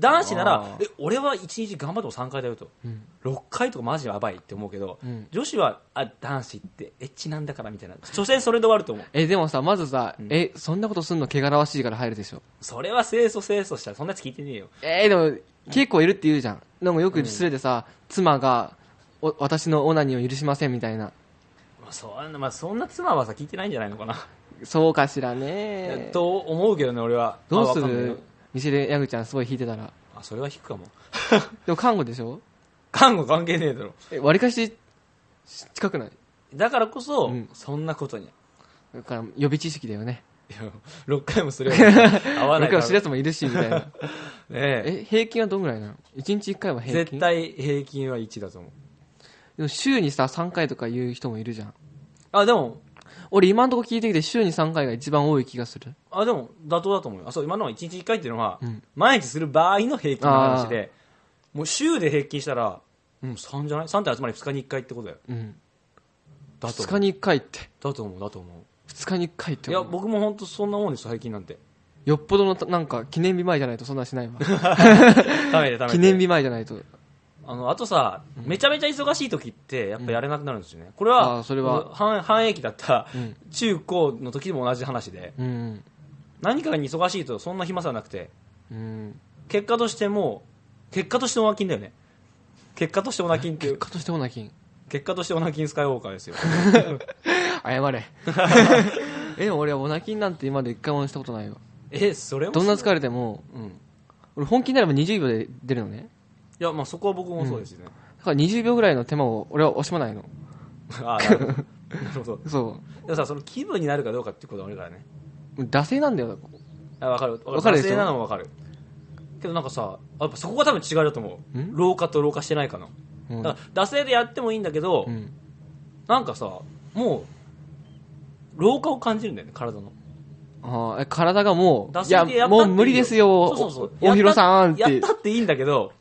Speaker 1: 男子な
Speaker 2: あ
Speaker 1: ら
Speaker 2: ー、
Speaker 1: え、俺は1日頑張っても3回だよと。
Speaker 2: うん
Speaker 1: 6回とかマジやばいって思うけど、
Speaker 2: うん
Speaker 1: 女子は、あ、男子ってエッチなんだからみたいな。所詮それで終わると思う。
Speaker 2: えでもさまずさ、えそんなことすんの汚らわしいから入るでしょ
Speaker 1: それは清楚清楚したらそんなやつ聞いてねえよ。
Speaker 2: えー、でも結構いるって言うじゃんでもよく失礼でさ、妻がお私のオナニーを許しませんみたいな
Speaker 1: まあ、そんな、まあ、そんな妻はさ、聞いてないんじゃないのかな。
Speaker 2: そうかしらね
Speaker 1: と思うけどね、俺は。
Speaker 2: どうす
Speaker 1: まあわかんない
Speaker 2: る
Speaker 1: よ
Speaker 2: ミシェル・ヤグちゃんすごい引いてたら
Speaker 1: あ、それは引くかも。
Speaker 2: でも看護でしょ
Speaker 1: 看護関係ねえだろ。
Speaker 2: え、わりかし、近くない
Speaker 1: だからこそ、
Speaker 2: うん
Speaker 1: そんなことに
Speaker 2: だから予備知識だよね
Speaker 1: いや6回もそれは合わない
Speaker 2: 僕
Speaker 1: から
Speaker 2: 知るやつもいるしみた いな
Speaker 1: ねえ
Speaker 2: え平均はどんぐらいなの1日1回は平均
Speaker 1: 絶対平均は1だと思う
Speaker 2: でも週にさ3回とか言う人もいるじゃん
Speaker 1: あでも
Speaker 2: 俺今んとこ聞いてきて週に3回が一番多い気がする
Speaker 1: あでも妥当だと思うよあそう今のは1日1回っていうのは、
Speaker 2: うん
Speaker 1: 毎日する場合の平均の話でもう週で平均したら、うん、3じゃない3って集まり2日に1回ってことだよ
Speaker 2: うん
Speaker 1: だと思
Speaker 2: 2日
Speaker 1: う
Speaker 2: に1回って
Speaker 1: だと思うだと思
Speaker 2: 2日に1回っ
Speaker 1: う
Speaker 2: て
Speaker 1: いや僕も本当そんなもんですよ最近なんて
Speaker 2: よっぽどのたなんか記念日前じゃないとそんなしないわ
Speaker 1: ダメでダメ
Speaker 2: 記念日前じゃないと
Speaker 1: あのあとさ、めちゃめちゃ忙しい時ってやっぱやれなくなるんですよね、これは
Speaker 2: あーそれは
Speaker 1: 半半永期だった
Speaker 2: うん
Speaker 1: 中高の時でも同じ話で
Speaker 2: うん
Speaker 1: 何かに忙しいとそんな暇さはなくて
Speaker 2: うん
Speaker 1: 結果としても結果としてオナキンだよね結果としてオナキンってい
Speaker 2: 結
Speaker 1: う
Speaker 2: 果としてオナキン
Speaker 1: 結果としてオナキンスカイウォーカーです よ
Speaker 2: 謝れ えでも俺はオナキンなんて今まで一回もしたことないよ
Speaker 1: えそれも
Speaker 2: どんな疲れても
Speaker 1: うんい
Speaker 2: 俺本気になれば20秒で出るのね
Speaker 1: やまあそこは僕もそうですね、
Speaker 2: だから20秒ぐらいの手間を俺は惜しまないの
Speaker 1: あーなるほど なるほど
Speaker 2: そ
Speaker 1: でもさその気分になるかどうかってことはあるからね
Speaker 2: う惰性なんだよ
Speaker 1: あ分かる
Speaker 2: わかるでしょ
Speaker 1: 惰性なのも分かるけどなんかさやっぱそこが多分違いだと思うん老化と老化してないかな
Speaker 2: うん
Speaker 1: だから惰性でやってもいいんだけど、
Speaker 2: うん
Speaker 1: なんかさもう老化を感じるんだよね体の
Speaker 2: あーえ体がもう
Speaker 1: 惰
Speaker 2: い
Speaker 1: 性
Speaker 2: や
Speaker 1: でやったっていいよ
Speaker 2: もう無理です
Speaker 1: そ
Speaker 2: よ
Speaker 1: うそうそう
Speaker 2: お大広さんっ
Speaker 1: やってたっていいんだけど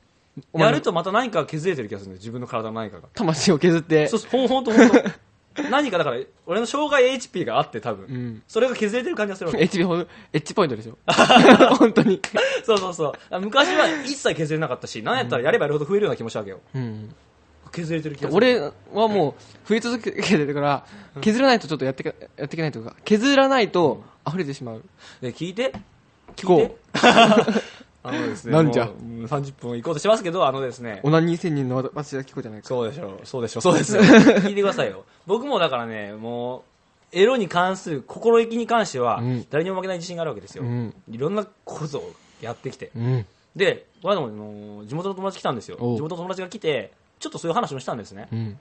Speaker 2: お前
Speaker 1: や
Speaker 2: の
Speaker 1: るとまた何かが削れてる気がするんだよ自分の体の何かが
Speaker 2: 魂を削って
Speaker 1: そうそうほんとほんと何かだから俺の障害 HP があって多分、
Speaker 2: うん
Speaker 1: それが削れてる感じがするわ け
Speaker 2: エッジポイントエッジポイン トでしょ本当に
Speaker 1: そうそうそう昔は一切削れなかったし何やったらやればやるほど増えるような気もしたわけよ
Speaker 2: うん
Speaker 1: 削れてる気がする
Speaker 2: 俺はもう増え続けてるから削らないとちょっとやってけやっていけないというか削らないと溢れてしまう
Speaker 1: で聞いて
Speaker 2: 聞こ
Speaker 1: 聞いう てあのですね
Speaker 2: なんじゃ
Speaker 1: もううん30分行こうとしてますけどあのですね
Speaker 2: オナニー仙人の私は聞こうじゃないか
Speaker 1: そうでしょうそうでしょうそうですよ聞いてくださいよ僕もだからねもうエロに関する心意気に関しては
Speaker 2: うん
Speaker 1: 誰にも負けない自信があるわけですよ、
Speaker 2: うん
Speaker 1: いろんなことをやってきて
Speaker 2: うん
Speaker 1: でこの間もあの地元の友達来たんですよ地
Speaker 2: おう
Speaker 1: 元の友達が来てちょっとそういう話もしたんですね、
Speaker 2: うん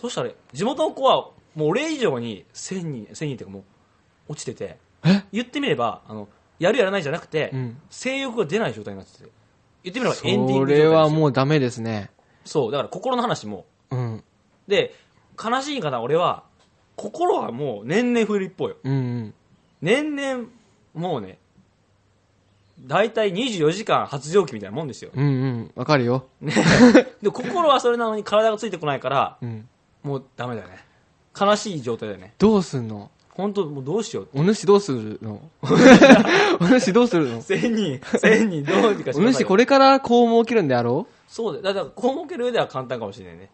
Speaker 1: そしたら地元の子はもう俺以上に1000人1000人っていうかもう落ちてて
Speaker 2: え
Speaker 1: 言ってみればあのやるやらないじゃなくて、
Speaker 2: うん
Speaker 1: 性欲が出ない状態になってて言ってみればエンディン
Speaker 2: そ
Speaker 1: グ状態です
Speaker 2: れ
Speaker 1: よ
Speaker 2: はもうダメですね
Speaker 1: そうだから心の話も
Speaker 2: うん
Speaker 1: で悲しいかな俺は心はもう年々増える一方よ
Speaker 2: うんうん
Speaker 1: 年々もうね大体24時間発情期みたいなもんですよ、
Speaker 2: うんうんわかるよ
Speaker 1: ね、で心はそれなのに体がついてこないから
Speaker 2: うん
Speaker 1: もうダメだよね悲しい状態だよね
Speaker 2: どうすんの
Speaker 1: 本当もうどうしよう
Speaker 2: お主どうするの お主どう するの
Speaker 1: 千人千人どうにかし
Speaker 2: お
Speaker 1: なさい
Speaker 2: 主これからこう儲けるんであろう
Speaker 1: そうだよだからこう儲ける上では簡単かもしれないね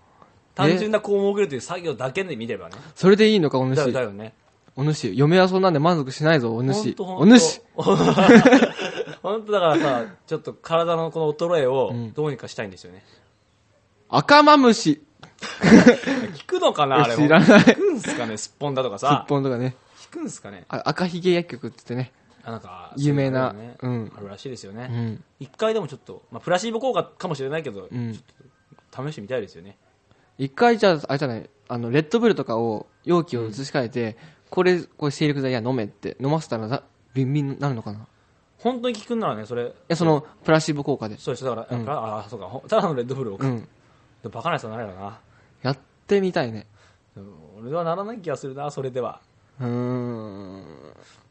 Speaker 1: 単純なこう儲けるという作業だけで見ればね
Speaker 2: それでいいのかお
Speaker 1: だよだ
Speaker 2: 主
Speaker 1: よね
Speaker 2: お主嫁はそんなんで満足しないぞお
Speaker 1: 本
Speaker 2: 主
Speaker 1: 当
Speaker 2: お主
Speaker 1: 本当だからさちょっと体のこの衰えを
Speaker 2: うん
Speaker 1: どうにかしたいんですよね、
Speaker 2: 赤マムシ
Speaker 1: 聞くのかなあれも
Speaker 2: 知らない
Speaker 1: 聞くんすかねすっぽんだとか
Speaker 2: すっ
Speaker 1: さ
Speaker 2: ぽんとかね
Speaker 1: 聞くんすかね
Speaker 2: あ赤ひげ薬局って言ってね
Speaker 1: あなんか
Speaker 2: 有名な
Speaker 1: そういうのが
Speaker 2: うん
Speaker 1: あるらしいですよ
Speaker 2: う
Speaker 1: ね
Speaker 2: ん
Speaker 1: 一、回でもちょっと、まあ、プラシーボ効果かもしれないけど、
Speaker 2: うん
Speaker 1: 試してみたいですよね
Speaker 2: 一回じゃああれじゃないあのレッドブルとかを容器を移し替えて、これこれ精力剤や飲めって飲ませたらなビンビンになるのかない
Speaker 1: 本当に聞くんならねそれ
Speaker 2: やそのプラシーボ効果で
Speaker 1: そうですだから、ああそうかほただのレッドブルを、
Speaker 2: うん
Speaker 1: バカなやつはなれるな
Speaker 2: やってみたいね
Speaker 1: でも俺はならない気がするなそれでは、
Speaker 2: うーん
Speaker 1: ま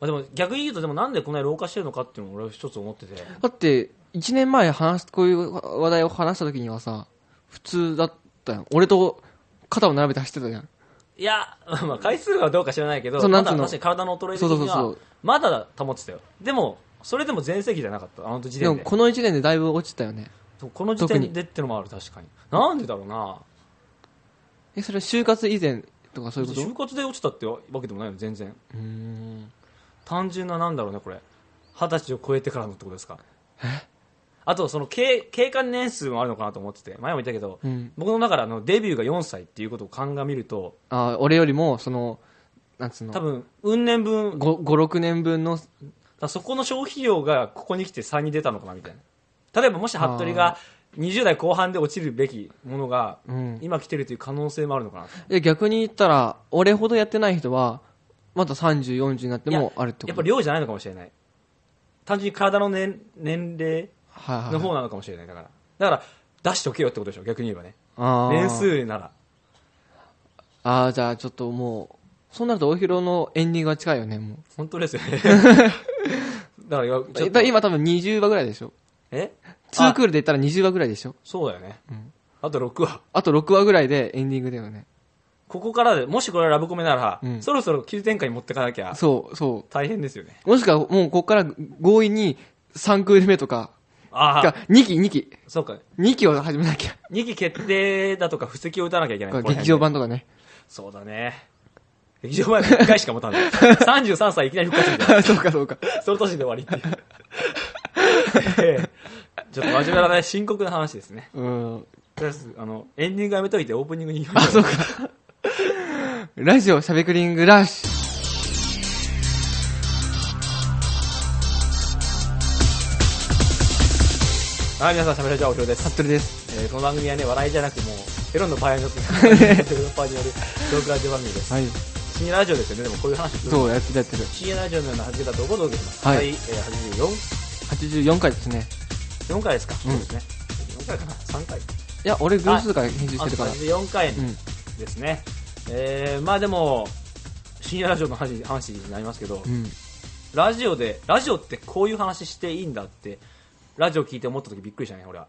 Speaker 1: あ、でも逆に言うとでもなんでこんなに老化してるのかっていうのも俺は一つ思ってて
Speaker 2: だって1年前話すこういう話題を話した時にはさ普通だったやん俺と肩を並べて走ってたじゃん
Speaker 1: いや、 まあ、回数はどうか知らないけど
Speaker 2: そう
Speaker 1: ま
Speaker 2: なん
Speaker 1: だ
Speaker 2: つうの
Speaker 1: 確かに体の衰え的
Speaker 2: そうそう
Speaker 1: に
Speaker 2: そうそ
Speaker 1: は
Speaker 2: う
Speaker 1: まだ保ってたよでもそれでも全盛期じゃなかったあの時
Speaker 2: でも
Speaker 1: 点で
Speaker 2: この1年でだいぶ落ちたよね
Speaker 1: そうこの時
Speaker 2: 特
Speaker 1: 点
Speaker 2: に
Speaker 1: でってのもある確かになんでだろうな
Speaker 2: えそれは就活以前とかそういうこと
Speaker 1: 就活で落ちたってわけでもないの全然
Speaker 2: うーん
Speaker 1: 単純ななんだろうねこれ二十歳を超えてからのってことですかあとその経経過年数もあるのかなと思ってて前も言ったけど、
Speaker 2: うん
Speaker 1: 僕の中であのデビューが4歳っていうことを鑑みると
Speaker 2: あ俺よりもそのなんつうの
Speaker 1: 多分運年分だか
Speaker 2: 56年分の
Speaker 1: らそこの消費量がここに来て3に出たのかなみたいな例えばもし服部が20代後半で落ちるべきものが、
Speaker 2: うん
Speaker 1: 今来てるという可能性もあるのかな
Speaker 2: で逆に言ったら俺ほどやってない人はまだ3040になってもあるってこと
Speaker 1: やっぱ量じゃないのかもしれない単純に体の年年齢
Speaker 2: はいはい
Speaker 1: の方なのかもしれないだからだから出しとけよってことでしょ逆に言えばね
Speaker 2: あー
Speaker 1: 年数なら
Speaker 2: ああじゃあちょっともうそうなると大広のエンディングが近いよねも
Speaker 1: 本当ですよ ねだから今
Speaker 2: う
Speaker 1: ちょっ
Speaker 2: だ
Speaker 1: と
Speaker 2: 今多分20話ぐらいでしょ
Speaker 1: え
Speaker 2: 2クールで言ったら20話ぐらいでしょ
Speaker 1: そうだよね、あと6話
Speaker 2: あと6話ぐらいでエンディングだよね
Speaker 1: ここからでもしこれはラブコメなら、
Speaker 2: うん
Speaker 1: そろそろ急展開に持ってかなきゃ
Speaker 2: そうそ
Speaker 1: 大変ですよね
Speaker 2: うもしくはもうここから強引に3クール目とか
Speaker 1: ああ
Speaker 2: か2期2期
Speaker 1: そうか
Speaker 2: 2期を始めなきゃ
Speaker 1: 2期決定だとか布石を打たなきゃいけないここら辺で
Speaker 2: 劇場版とかね
Speaker 1: そうだね劇場版で1回しか持たない 33歳いきなり復活みたい
Speaker 2: そうかそうか
Speaker 1: なその年で終わりって いうええちょっと真面目なね深刻な話ですね
Speaker 2: うん
Speaker 1: とりあえずあのエンディングやめといてオープニングに行きま
Speaker 2: あ
Speaker 1: しょ
Speaker 2: そううかラジオしゃべくりングラッシュ
Speaker 1: はい皆さん喋れちゃおひろです
Speaker 2: ハットルです
Speaker 1: えーこの番組はね、笑いじゃなくもう、エロのパイオニアとデベロッパーによるトークラジオ番組です。
Speaker 2: はい
Speaker 1: 深夜ラジオですよね、でもこういう話する
Speaker 2: そうやってるやってる
Speaker 1: 深夜ラジオのような始め方をご届けします。
Speaker 2: はい
Speaker 1: 第、えー、84、
Speaker 2: 84回ですね
Speaker 1: 4回ですか、
Speaker 2: うん
Speaker 1: そうですね。4回かな ?3 回
Speaker 2: いや俺偶数から編集してるから
Speaker 1: あ84回
Speaker 2: うん
Speaker 1: ですね。えー、まあでも、深夜ラジオの話話になりますけど、
Speaker 2: うん
Speaker 1: ラジオで、ラジオってこういう話していいんだって、ラジオ聞いて思った時びっくりしたね、俺は。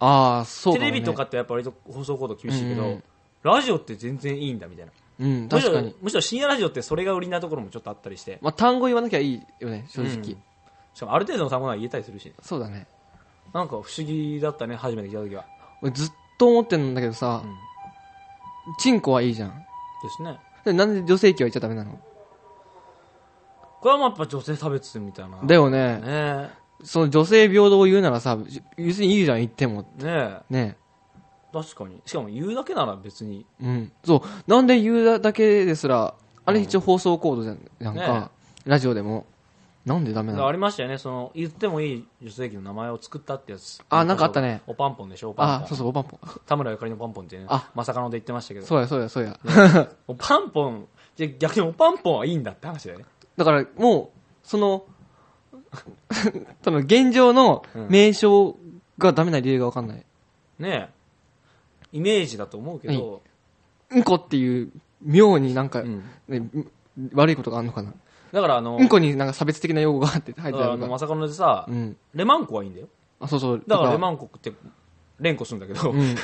Speaker 2: ああそう
Speaker 1: テ
Speaker 2: かもね
Speaker 1: レビとかってやっぱ割と放送コード厳しいけど、
Speaker 2: うん
Speaker 1: ラジオって全然いいんだみたいな。
Speaker 2: うん
Speaker 1: むし
Speaker 2: 確か
Speaker 1: ろ
Speaker 2: に
Speaker 1: むしろ深夜ラジオってそれが売りなところもちょっとあったりして
Speaker 2: まあ単語言わなきゃいいよね正直
Speaker 1: うんしかもある程度の単語は言えたりするし
Speaker 2: そうだね
Speaker 1: なんか不思議だったね初めて聞いた時は
Speaker 2: 俺ずっと思ってるんだけどさ
Speaker 1: うん
Speaker 2: チンコはいいじゃん
Speaker 1: ですね
Speaker 2: でなんで女性器は言っちゃダメなの
Speaker 1: これはまあやっぱ女性差別みたいな
Speaker 2: だよね
Speaker 1: ね
Speaker 2: その女性平等を言うならさ別にいいじゃん言っても
Speaker 1: えねえ
Speaker 2: ね
Speaker 1: 確かにしかも言うだけなら別に
Speaker 2: うんそうなんで言うだけですらあれ一応放送コードじゃんなん
Speaker 1: ね
Speaker 2: かラジオでもなんでダメな
Speaker 1: あ
Speaker 2: の
Speaker 1: りましたよねその言ってもいい女性器の名前を作ったってやつ
Speaker 2: あなんかあったね
Speaker 1: おパンポンでしょおパンポ
Speaker 2: あ
Speaker 1: ン
Speaker 2: そうそうおパンポン
Speaker 1: 田村ゆかりのパンポンってね
Speaker 2: あ
Speaker 1: まさかので言ってましたけど
Speaker 2: そうやそうやそうや
Speaker 1: おパンポンじゃあ逆におパンポンはいいんだって話だよね
Speaker 2: だからもう、その、 多分現状の名称がダメな理由がわかんない。
Speaker 1: ねえイメージだと思うけど、
Speaker 2: うんこっていう妙になんか、
Speaker 1: うん
Speaker 2: ねうん悪いことがあるのかな。
Speaker 1: だからあの、
Speaker 2: うんこになんか差別的な用語があって
Speaker 1: だ
Speaker 2: 入
Speaker 1: か
Speaker 2: って
Speaker 1: ら
Speaker 2: あ
Speaker 1: あの
Speaker 2: るのか。
Speaker 1: まさかのでさ、
Speaker 2: うん。
Speaker 1: レマンコはいいんだよ
Speaker 2: あ、そうそう。
Speaker 1: だからレマンコ食って連呼するんだけど、
Speaker 2: うん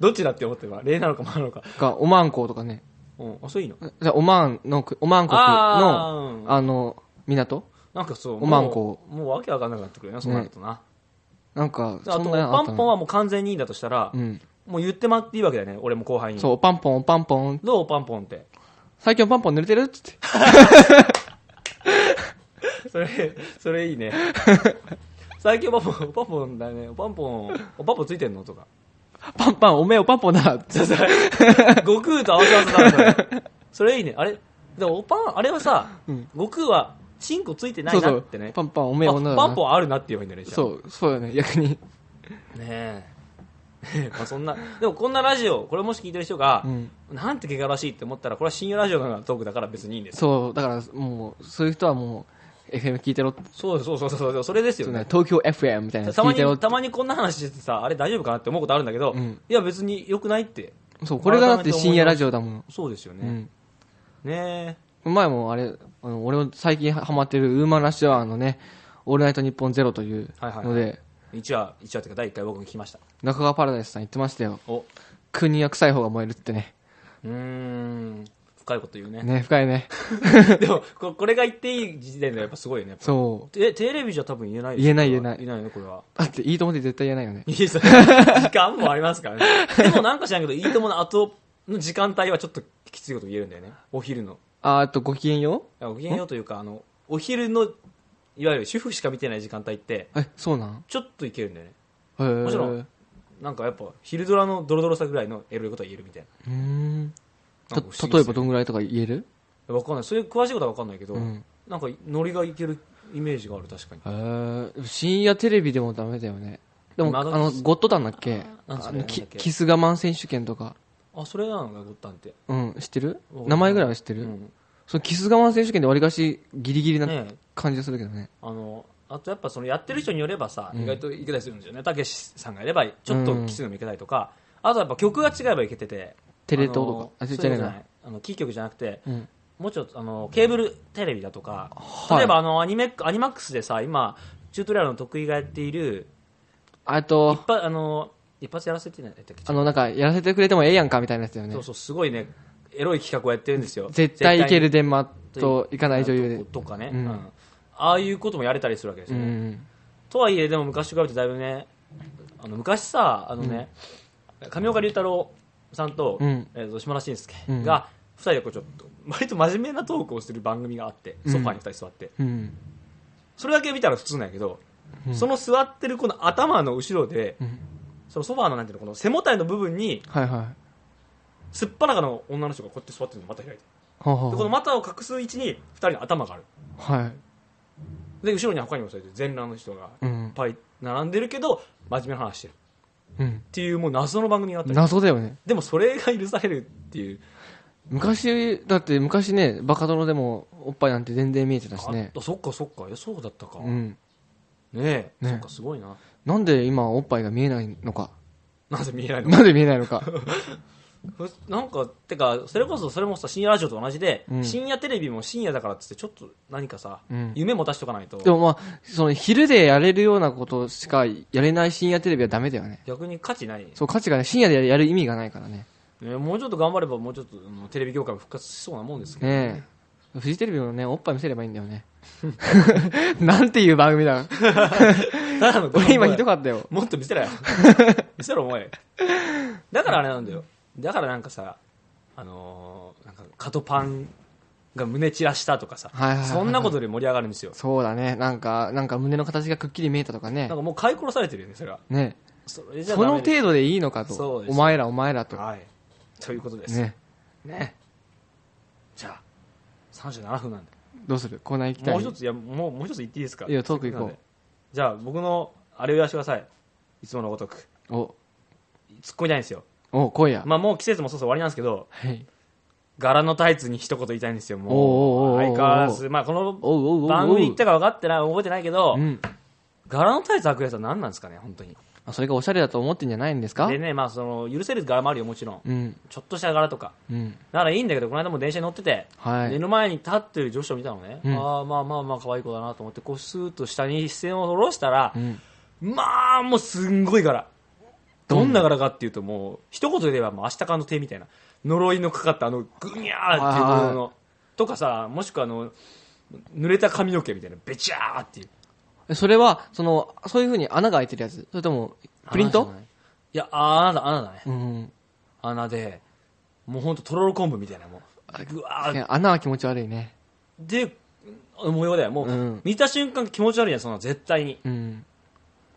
Speaker 1: どっちだって思ってば例なのかマなのか、
Speaker 2: がおまんことかね。
Speaker 1: うん、あそういいの
Speaker 2: じゃあおまんの国、おまん国の、あ
Speaker 1: あーうん
Speaker 2: の、港
Speaker 1: なんかそう
Speaker 2: おまんこ
Speaker 1: もうもうわけわかんなくなってくるよねそうなるとな、
Speaker 2: なんか、
Speaker 1: あ
Speaker 2: そ
Speaker 1: と
Speaker 2: ん
Speaker 1: お
Speaker 2: なのあ
Speaker 1: パ
Speaker 2: った
Speaker 1: ンポン
Speaker 2: の
Speaker 1: はもう完全にいいんだとしたら、
Speaker 2: うん。
Speaker 1: もう言ってもらっていいわけだよね俺も後輩に
Speaker 2: そう、おパンポン、おパンポン。
Speaker 1: どうパンポンって
Speaker 2: 最近おパンポン濡れてるっつって。
Speaker 1: それそれい いね最近おパンポンおパンポンだねおパンポンおパンポンついてんのとか
Speaker 2: パンパン、おめえおパンポンだっつって。
Speaker 1: 悟空と合わせ合わせだなそれそれいいねあれでもおパンあれはさ、
Speaker 2: うん
Speaker 1: 悟空はチンコついてな
Speaker 2: そ
Speaker 1: いう
Speaker 2: そ
Speaker 1: なっ
Speaker 2: う
Speaker 1: てね。
Speaker 2: パンパン、おめえ
Speaker 1: あ
Speaker 2: 女だな。
Speaker 1: パンポンあるなって言えばいいんだねじゃあ
Speaker 2: そう、そうよね、逆に。
Speaker 1: ねえ まあそんなでもこんなラジオこれもし聞いてる人が、
Speaker 2: うん
Speaker 1: なんて汚らしいって思ったらこれは深夜ラジオのようなトークだから別にいいんです
Speaker 2: そう、だからもう、そういう人はもう、FM 聞いてろって、
Speaker 1: そうそうそうそうそうそれですよ
Speaker 2: そう
Speaker 1: ね
Speaker 2: ね、東京 FM みたいなの
Speaker 1: たま
Speaker 2: 聞いてろっ
Speaker 1: に
Speaker 2: て
Speaker 1: た。まにこんな話しててさあれ大丈夫かなって思うことあるんだけど、
Speaker 2: うん
Speaker 1: いや別によくないって
Speaker 2: そう、これがだって深夜ラジ
Speaker 1: オ
Speaker 2: オだもん。
Speaker 1: そうですよ
Speaker 2: う
Speaker 1: ね、
Speaker 2: ん。
Speaker 1: ね
Speaker 2: 前もあれ、あの俺も最近ハマってるウーマンラッシュアワーのね、オールナイトニッポンゼロという
Speaker 1: はいはいはい
Speaker 2: ので、
Speaker 1: え1話一話っていうか第1回僕も聞きました
Speaker 2: 中川パラダイスさん言ってましたよ。
Speaker 1: おう
Speaker 2: 国は臭い方が燃えるってね。
Speaker 1: ーん深いこと言うね
Speaker 2: ね、深いね。
Speaker 1: でもここれが言っていい時点でやっぱすごいよねやっぱ
Speaker 2: そう。
Speaker 1: テテレビじゃ多分言えないでしょ
Speaker 2: 言えない言えない
Speaker 1: 言えないよねこれは
Speaker 2: だって、いいと思って絶対言えないよね。
Speaker 1: いいです時間もありますからね。 でもなんか知らんけど、いいともの後の時間帯はちょっときついこと言えるんだよね。お昼の。
Speaker 2: あー、あと、ごきげんよ
Speaker 1: あごきげんようというか、あの、お昼の、いわゆる主婦しか見てない時間帯って、
Speaker 2: うえ、そうなん
Speaker 1: ちょっといけるんだよね。
Speaker 2: へー
Speaker 1: もちろん
Speaker 2: う
Speaker 1: なんかやっぱ、昼ドラのドロドロさぐらいのエロいことは言えるみたい
Speaker 2: ーん。
Speaker 1: な。なんか不
Speaker 2: た
Speaker 1: 思議
Speaker 2: 例
Speaker 1: で
Speaker 2: え
Speaker 1: す
Speaker 2: ば
Speaker 1: ね
Speaker 2: どんぐらいとか言える
Speaker 1: わかんない。そういう詳しいことはわかんないけど、
Speaker 2: うん
Speaker 1: なんかノリがいけるイメージがある、確かに。
Speaker 2: へー深夜テレビでもダメだよね。でも、あ
Speaker 1: 窓
Speaker 2: の、ゴッドタンだっけ
Speaker 1: なん
Speaker 2: あ
Speaker 1: それ
Speaker 2: の
Speaker 1: なんだ
Speaker 2: キ
Speaker 1: っけ
Speaker 2: キス我慢選手権とか。
Speaker 1: あそれなのかゴッタンって、
Speaker 2: うん、知ってる
Speaker 1: うん
Speaker 2: 名前ぐらいは知って
Speaker 1: う
Speaker 2: る、
Speaker 1: ん
Speaker 2: そのキス我慢選手権でわりかしギリギリな
Speaker 1: ねえ
Speaker 2: 感じがするけどね。
Speaker 1: あのあとやっぱそのやってる人によればさ、意外といけたりするんですよねたけしさんがいればちょっときついのもいけたりとか、あとやっぱ曲が違えばいけてて
Speaker 2: テレ東とか。
Speaker 1: あ
Speaker 2: あ、
Speaker 1: の
Speaker 2: ち
Speaker 1: そう
Speaker 2: っ
Speaker 1: いうこと
Speaker 2: ちゃい
Speaker 1: じゃな。
Speaker 2: ない
Speaker 1: あのキー局じゃなくて
Speaker 2: うん。
Speaker 1: もうちょっとあのケーブルテレビだとか、
Speaker 2: い
Speaker 1: 例えばあのアニメアニマックスでさ今チュートリアルの得意がやっている
Speaker 2: あ
Speaker 1: 一
Speaker 2: と、
Speaker 1: 発あの一発やらせてないだっけ
Speaker 2: あの、なんか、やらせてくれてもええやんかみたいなやつだよね。
Speaker 1: そうそうすごいねエロい企画をやってるんですよ
Speaker 2: 絶対いける
Speaker 1: 絶
Speaker 2: デンマ
Speaker 1: 対
Speaker 2: と行かない女優で。
Speaker 1: とかね、
Speaker 2: うん
Speaker 1: うんああいうこともやれたりするわけです
Speaker 2: う
Speaker 1: よね、
Speaker 2: ん。
Speaker 1: とはいえでも昔と比べてだいぶねあの昔さあのね、上岡龍太郎さんと,、
Speaker 2: うん
Speaker 1: えーと島田紳介
Speaker 2: うん
Speaker 1: が2人でこうちょっと割と真面目なトークをする番組があってソファーに2人座って、
Speaker 2: うん。
Speaker 1: それだけ見たら普通なんやけど、その座ってるこの頭の後ろで、
Speaker 2: ん
Speaker 1: そのソファーのなんていうのこの背もたれの部分に
Speaker 2: はいはい。
Speaker 1: すっぱらかの女の人がこうやって座ってるのまた開いて
Speaker 2: はあ
Speaker 1: でこの
Speaker 2: は
Speaker 1: 股を隠す位置に2人の頭がある
Speaker 2: あ、はい。
Speaker 1: で後ろには他にもそうやって全裸の人がいっ
Speaker 2: うん。
Speaker 1: ぱい並んでるけど真面目な話してる
Speaker 2: うん。
Speaker 1: っていうもう謎の番組があったり
Speaker 2: 謎だよね。
Speaker 1: でもそれが許されるっていう、
Speaker 2: 昔、だって昔ね、バカ殿でもおっぱいなんて全然見えてたしね。
Speaker 1: あそっかそっかいやそうだったか、
Speaker 2: う
Speaker 1: ね
Speaker 2: ん。
Speaker 1: え
Speaker 2: ねえ
Speaker 1: そっかすごいな
Speaker 2: なんで今おっぱいが見えないのか。
Speaker 1: なぜ見えないの
Speaker 2: なんで見えないのか。
Speaker 1: ふなんかてかそれこそそれもさ深夜ラジオと同じで、
Speaker 2: うん
Speaker 1: 深夜テレビも深夜だからっつってちょっと何かさ、
Speaker 2: うん
Speaker 1: 夢も出しとかないと
Speaker 2: でもまあ、その昼でやれるようなことしかやれない深夜テレビはダメだよね。
Speaker 1: 逆に価値ない、ね、
Speaker 2: そう、価値がね、深夜でやる意味がないからね。
Speaker 1: もうちょっと頑張ればもうちょっとあのテレビ業界も復活しそうなもんですけど、
Speaker 2: ねえ。フジテレビもね、おっぱい見せればいいんだよね。 なんていう番組 だ。
Speaker 1: ただの
Speaker 2: 俺今ひどかったよ。
Speaker 1: もっと見せろよ見せろお前だからあれなんだよだからなんかさあのーなんかカトパンが胸散らしたとかさ、
Speaker 2: はいはいはいはい
Speaker 1: そんなことで盛り上がるんですよ
Speaker 2: そうだね。なんか、なんか胸の形がくっきり見えたとかね
Speaker 1: なん。かもう買い殺されてるよねそれは
Speaker 2: ね
Speaker 1: それじゃ
Speaker 2: そ
Speaker 1: ダメ
Speaker 2: の
Speaker 1: です
Speaker 2: 程度でいいのか
Speaker 1: そう
Speaker 2: と
Speaker 1: で。す
Speaker 2: お前らお前らと。
Speaker 1: はいということですね
Speaker 2: ね。
Speaker 1: じゃあ37分なんで
Speaker 2: どうするコーナー行きたい。
Speaker 1: もう一ついやもうもう一つ言っていいですか
Speaker 2: いいよトーク行こう
Speaker 1: せっかくなんでじゃあ僕のあれを言わせてくださいいつものごとく
Speaker 2: お、
Speaker 1: 突っ込みたいんですよ
Speaker 2: お、今夜。
Speaker 1: まあもう季節もそろそろ終わりなんですけど
Speaker 2: はい。
Speaker 1: 柄のタイツに一言言いたいんですよ、も
Speaker 2: おうおうおうお
Speaker 1: う。
Speaker 2: う
Speaker 1: 相変わらず、まあ、この
Speaker 2: おうおうおうおう。
Speaker 1: 番組行ったか分かってない、覚えてないけど
Speaker 2: う、ん。
Speaker 1: 柄のタイツ履くやつは何なんですかね、本当に。
Speaker 2: まあそれがおしゃれだと思ってんじゃないんですか
Speaker 1: でね、まあ、その、許せる柄もあるよ、もちろん。
Speaker 2: うん。
Speaker 1: ちょっとした柄とか。
Speaker 2: うん。
Speaker 1: だからいいんだけど、この間も電車に乗ってて、
Speaker 2: はい。
Speaker 1: 目の前に立ってる女子を見たのね。
Speaker 2: うん
Speaker 1: ああ、まあまあまあ、可愛い子だなと思って、こう、スーッと下に視線を下ろしたら
Speaker 2: う、ん。
Speaker 1: まあ、もうすんごい柄。
Speaker 2: どん
Speaker 1: ど
Speaker 2: なん
Speaker 1: な柄かっていうと、もう、一言で言えば、もう明日かの手みたいな。呪いのかかった、あの、ぐにゃーっていうものの。とかさ、もしくはあの、濡れた髪の毛みたいな、べちゃーっていう。
Speaker 2: えそれは、その、そういう風に穴が開いてるやつそれとも、プリン
Speaker 1: 穴
Speaker 2: ト
Speaker 1: じゃないいや、あ穴だ、穴だね。
Speaker 2: うん。
Speaker 1: 穴で、もうほんと、とろろ昆布みたいな、もう。ぐわーっ
Speaker 2: 穴は気持ち悪いね。
Speaker 1: て、模様だよ。もう、
Speaker 2: うん
Speaker 1: 見た瞬間気持ち悪いやん、そんなの絶対に。
Speaker 2: うん。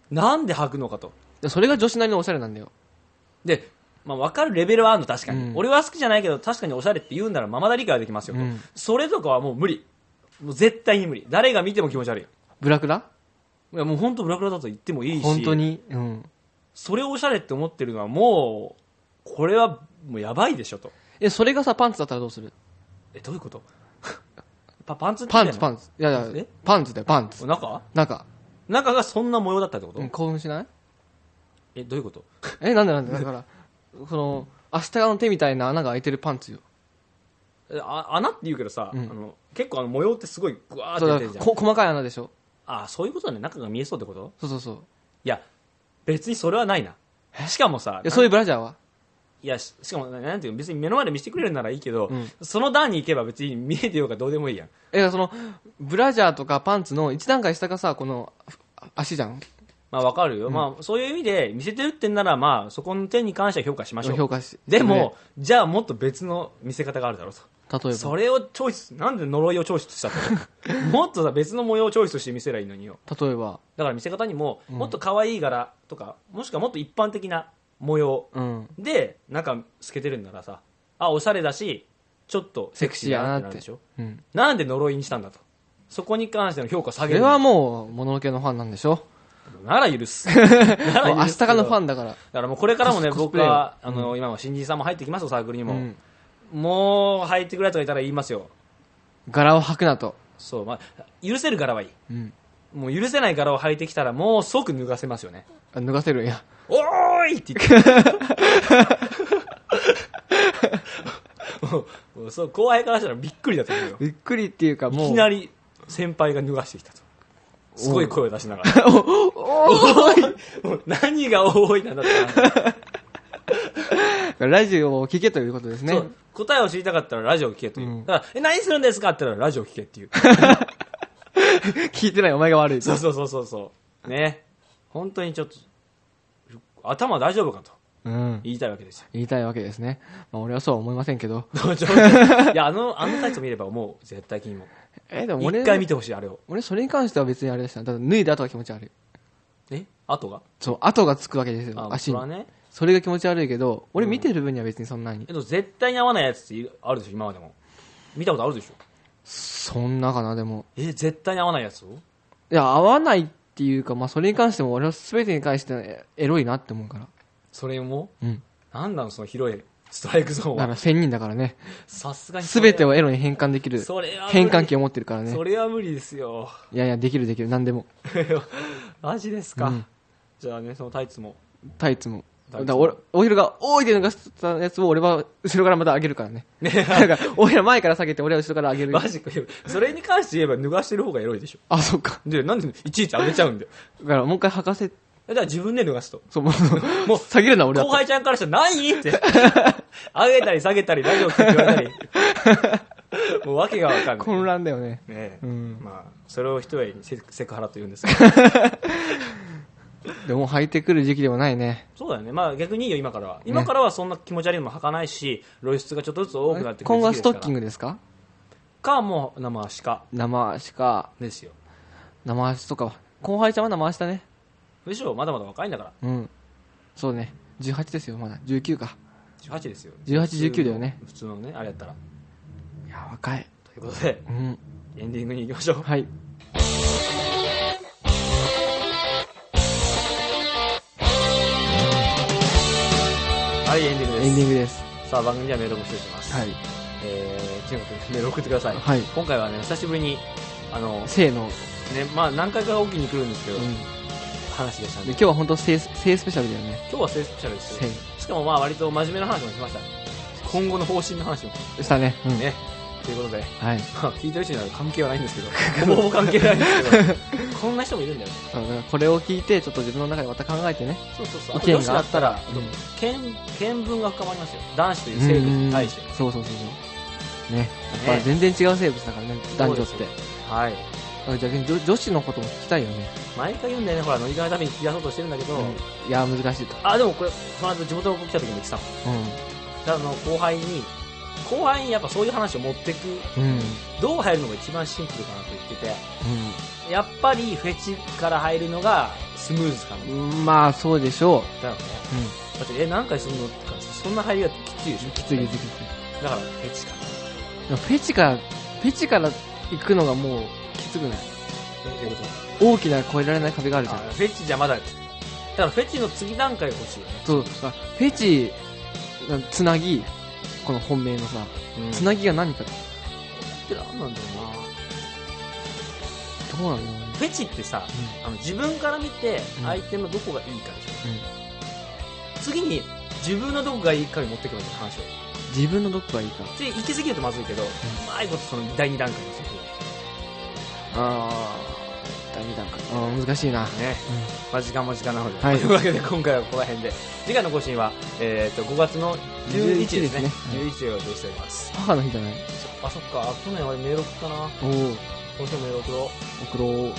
Speaker 1: なんで履くのかと。
Speaker 2: でそれが女子なりのおしゃれなんだよ。
Speaker 1: で、まあ、分かるレベルはあるの、確かに、
Speaker 2: うん
Speaker 1: 俺は好きじゃないけど、確かにおしゃれって言うんなら、ままだ理解はできますよと、
Speaker 2: うん
Speaker 1: それとかはもう無理、もう絶対に無理、誰が見ても気持ち悪い、い
Speaker 2: ブラクラ
Speaker 1: やもう本当、ブラクラだと言ってもいいし、
Speaker 2: 本当に。うん。
Speaker 1: それをおしゃれって思ってるのは、もう、これはもうやばいでしょと、
Speaker 2: え、それがさ、パンツだったらどうする
Speaker 1: えどういうこと パパンツって
Speaker 2: パンツ、パ
Speaker 1: ン
Speaker 2: ンツ。いやいや
Speaker 1: え、
Speaker 2: パンツだよ、パンツ。
Speaker 1: 中
Speaker 2: 中。
Speaker 1: 中がそんな模様だったってこと、
Speaker 2: うん興奮しない
Speaker 1: えどういうこと
Speaker 2: え、なんでなんでだから、その、明日の手みたいな穴が開いてるパンツよ。
Speaker 1: えあ穴って言うけどさ、
Speaker 2: うん
Speaker 1: あの結構あの模様ってすごいぐわーって
Speaker 2: そう
Speaker 1: 出
Speaker 2: だ
Speaker 1: てる
Speaker 2: か
Speaker 1: じ
Speaker 2: ら
Speaker 1: ゃん
Speaker 2: こ細かい穴でしょ
Speaker 1: あそういうことだね中が見えそうってこと
Speaker 2: そうそうそう。い
Speaker 1: いや別にそれはないなしかもさ
Speaker 2: や、そういうブラジャーはい
Speaker 1: や、ししかも、ななんていうの別に目の前で見せてくれるならいいけど、
Speaker 2: うん
Speaker 1: その段に行けば別に見えてようがどうでもいいやん。
Speaker 2: え、だからその、ブラジャーとかパンツの一段階下がさ、この、あ足じゃん
Speaker 1: まあわかるよ。まあそういう意味で見せてるってんなら、まあそこの点に関しては評価しましょ
Speaker 2: 評
Speaker 1: う。
Speaker 2: 価し。
Speaker 1: でも、じゃあもっと別の見せ方があるだろうと。
Speaker 2: それで、例えば。
Speaker 1: それをチョイス、なんで呪いをチョイスした のもっとさ、別の模様をチョイスして見せりゃいいのによ。
Speaker 2: 例えば、
Speaker 1: だから見せ方にも、もっと可愛い柄とか、もしくはもっと一般的な模様
Speaker 2: うん。
Speaker 1: で、なんか透けてるんならさ、あ、おしゃれだし、ちょっとセクシーだなってなるでしょ。
Speaker 2: うん。
Speaker 1: なんで呪いにしたんだと。そこに関しての評価下
Speaker 2: そ
Speaker 1: げる。
Speaker 2: れはもう、もののけのファンなんでしょ
Speaker 1: なら許す。
Speaker 2: もう明日かのファンだから。
Speaker 1: だからもうこれからもね、
Speaker 2: コスコス
Speaker 1: 僕
Speaker 2: プレよ
Speaker 1: は、あの、今も新人さんも入ってきますよ、サークルに
Speaker 2: う
Speaker 1: も。
Speaker 2: ん。
Speaker 1: もう入ってくれとかいたら言いますよ。
Speaker 2: 柄を吐くなと。
Speaker 1: そう、まあ、許せる柄はいい。
Speaker 2: うん。
Speaker 1: もう許せない柄を履いてきたら、もう即脱がせますよね。
Speaker 2: あ脱がせるんや。
Speaker 1: おーいって言って。 もうもうそう後輩からしたらびっくりだと思うよ。
Speaker 2: びっくりっていうか
Speaker 1: い
Speaker 2: もう。
Speaker 1: きなり先輩が脱がしてきたと。すごい声を出しながら。
Speaker 2: おー
Speaker 1: もう何が多いなんだって話
Speaker 2: ラジオを聞けということですね。
Speaker 1: そう答えを知りたかったらラジオを聞けという、
Speaker 2: うん
Speaker 1: だからえ何するんですかって言ったらラジオを聞けっていう
Speaker 2: 聞いてないお前が悪いと
Speaker 1: そうそうそうそうそうね本当にちょっと頭大丈夫かと
Speaker 2: うん。
Speaker 1: 言いたいわけですよ
Speaker 2: 言いたいわけですね。まあ俺はそうは思いませんけど。
Speaker 1: いやあのあのタイツ見ればもう絶対君も
Speaker 2: え、でも俺、
Speaker 1: 一回見てほしいあれを
Speaker 2: 俺それに関しては別にあれでした。ただ脱いだ後が気持ち悪い。
Speaker 1: え後が
Speaker 2: そう、後がつくわけですよ、
Speaker 1: あ
Speaker 2: 足
Speaker 1: それ
Speaker 2: に
Speaker 1: は。ね
Speaker 2: それが気持ち悪いけど、俺見てる分には別にそんなに
Speaker 1: え。っと絶対に合わないやつっているあるでしょ今までも見たことあるでしょ
Speaker 2: そんなかな、でも。
Speaker 1: え絶対に合わないやつを
Speaker 2: いや、合わないっていうか、まあそれに関しても俺は全てに関してエロいなって思うから。
Speaker 1: それも
Speaker 2: うん。
Speaker 1: なんだのその広いストライクゾーン
Speaker 2: だから
Speaker 1: は
Speaker 2: 1000人だからね。
Speaker 1: さすがにそれ
Speaker 2: 全てをエロに変換できる
Speaker 1: それは無理
Speaker 2: 変換器を持ってるからね
Speaker 1: そ。れは無理ですよ
Speaker 2: いやいや、できるできる、何でも。
Speaker 1: マジですか、
Speaker 2: うん
Speaker 1: じゃあねそのタイツも
Speaker 2: タイツも。
Speaker 1: タイツも
Speaker 2: だから俺、大広が、おいで脱がせたやつを俺は後ろからまた上げるからね。 だから、大広前から下げて俺は後ろから上げる
Speaker 1: マ。ジかそれに関して言えば脱がしてる方がエロいでしょ
Speaker 2: あ、そっか。
Speaker 1: でなんでいちいち上げちゃうんだよ
Speaker 2: だからもう一回履かせ、
Speaker 1: だから自分で脱がすと
Speaker 2: そう、もう、
Speaker 1: もう
Speaker 2: 下げるな俺だ
Speaker 1: 後
Speaker 2: った
Speaker 1: 輩ちゃんからしたら何 って上げたり下げたりラジオ聞いて言われたりもう訳がわかんない
Speaker 2: 混乱だよね。
Speaker 1: ねえ
Speaker 2: うん
Speaker 1: まあ、それを一重にセセクハラと言うんですけど
Speaker 2: でも履いてくる時期ではないね。
Speaker 1: そうだよね、まあ、逆にいいよ今からは今からはそんな気持ち悪いのも履かないし露出がちょっとずつ多くなってくる
Speaker 2: 今後はストッキン
Speaker 1: グ
Speaker 2: グですか
Speaker 1: かもう生足か
Speaker 2: 生足か、
Speaker 1: ですよ
Speaker 2: 生足とかは。後輩ちゃんは生足だね。
Speaker 1: むしろまだまだ若いんだから
Speaker 2: うん。そうね。18ですよ、まだ。19か。
Speaker 1: 18ですよ
Speaker 2: 18 19だよね
Speaker 1: 普通のねあれやったら
Speaker 2: いや、若い。
Speaker 1: ということで
Speaker 2: うん。
Speaker 1: エンディングに行きましょう
Speaker 2: はい。
Speaker 1: はいエンディングです
Speaker 2: エンディングです。
Speaker 1: さあ番組ではメールを募集してます、
Speaker 2: はい。
Speaker 1: えー、とにかくメール送ってください、
Speaker 2: はい
Speaker 1: 今回はね久しぶりにあの、ね
Speaker 2: 性の、
Speaker 1: まあ、何回かおきに来るんですけど、
Speaker 2: うん。で
Speaker 1: 話でしたんで
Speaker 2: 今日は本当性、性スペシャルだよね。
Speaker 1: 今日は正スペシャルです
Speaker 2: 性
Speaker 1: よ。しかもまあ割と真面目な話もしました今後の方針の話も
Speaker 2: したね。うん。
Speaker 1: ね、ということで
Speaker 2: はい。
Speaker 1: まあ聞いてる人には関係はないんですけどほ ぼほぼ関係ないんですけどこんな人もいるんだよね
Speaker 2: だからこれを聞いて、ちょっと自分の中でまた考えてね。
Speaker 1: そうそうそうあ
Speaker 2: 意
Speaker 1: と
Speaker 2: 見
Speaker 1: 女子
Speaker 2: が
Speaker 1: だ
Speaker 2: あっ
Speaker 1: ったら、
Speaker 2: うん
Speaker 1: 見見聞が深まりますよ男子という生物に対して
Speaker 2: うんそうそうそうそう。ね。やっ
Speaker 1: ね
Speaker 2: ぱ全然違う生物だからね、男女っ
Speaker 1: そ
Speaker 2: て
Speaker 1: うで。はい
Speaker 2: だから逆に女女子のことも聞きたいよね。
Speaker 1: 毎回言うんだよねほら飲み会のために聞き出そうとしてるんだけど、
Speaker 2: うんいや、難しいと。
Speaker 1: あでもこれこの間地元に来た時に来たの
Speaker 2: う
Speaker 1: あの後輩に後輩にやっぱそういう話を持ってく
Speaker 2: ん。うん。うん。
Speaker 1: どう入るのが一番シンプルかなと言っててやっぱりフェチから入るのがスムーズかな
Speaker 2: うんまあ、そうでしょ
Speaker 1: だよね
Speaker 2: う。うん。
Speaker 1: だってえ何回するのって感じそんな入りがきついでしょ
Speaker 2: きついきついきつい
Speaker 1: だからフェチかな
Speaker 2: でもフェチからフェチから行くのがもうきつくない
Speaker 1: っていうこと
Speaker 2: 大きな越えられない壁があるじゃん
Speaker 1: あフェチじゃまだだからフェチの次段階が欲しいよね
Speaker 2: そうさフェチなつなぎこの本命のさつなぎが何か
Speaker 1: っ
Speaker 2: ど
Speaker 1: て何なんだろうな
Speaker 2: うなんだろうね
Speaker 1: フェチってさあの自分から見て
Speaker 2: うん
Speaker 1: 相手のどこがいいかでしょ、次に自分のどこがいいかに持ってくるんだよ話を
Speaker 2: 自分のどこがいいか
Speaker 1: で行き過ぎるとまずいけど、うまいことその第2段階のそこ
Speaker 2: ああ第2段階あー難しいな
Speaker 1: ね、まあ、時間も時間なので、
Speaker 2: はい
Speaker 1: というわけで今回はここら辺で次回の更新は、えー、と5月の11日ですね
Speaker 2: 11で
Speaker 1: 11を予定しております
Speaker 2: 母の日じゃない
Speaker 1: あそっか去年俺メール送ったな
Speaker 2: おお
Speaker 1: 今週もメール送ろ
Speaker 2: 送ろう
Speaker 1: う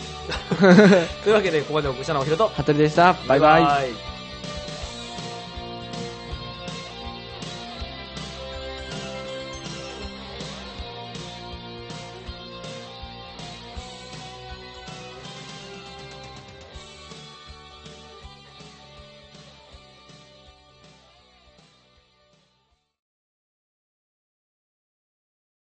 Speaker 1: というわけでここまでお送りしたのはおひろと
Speaker 2: 服部でしたバイバイ
Speaker 1: イ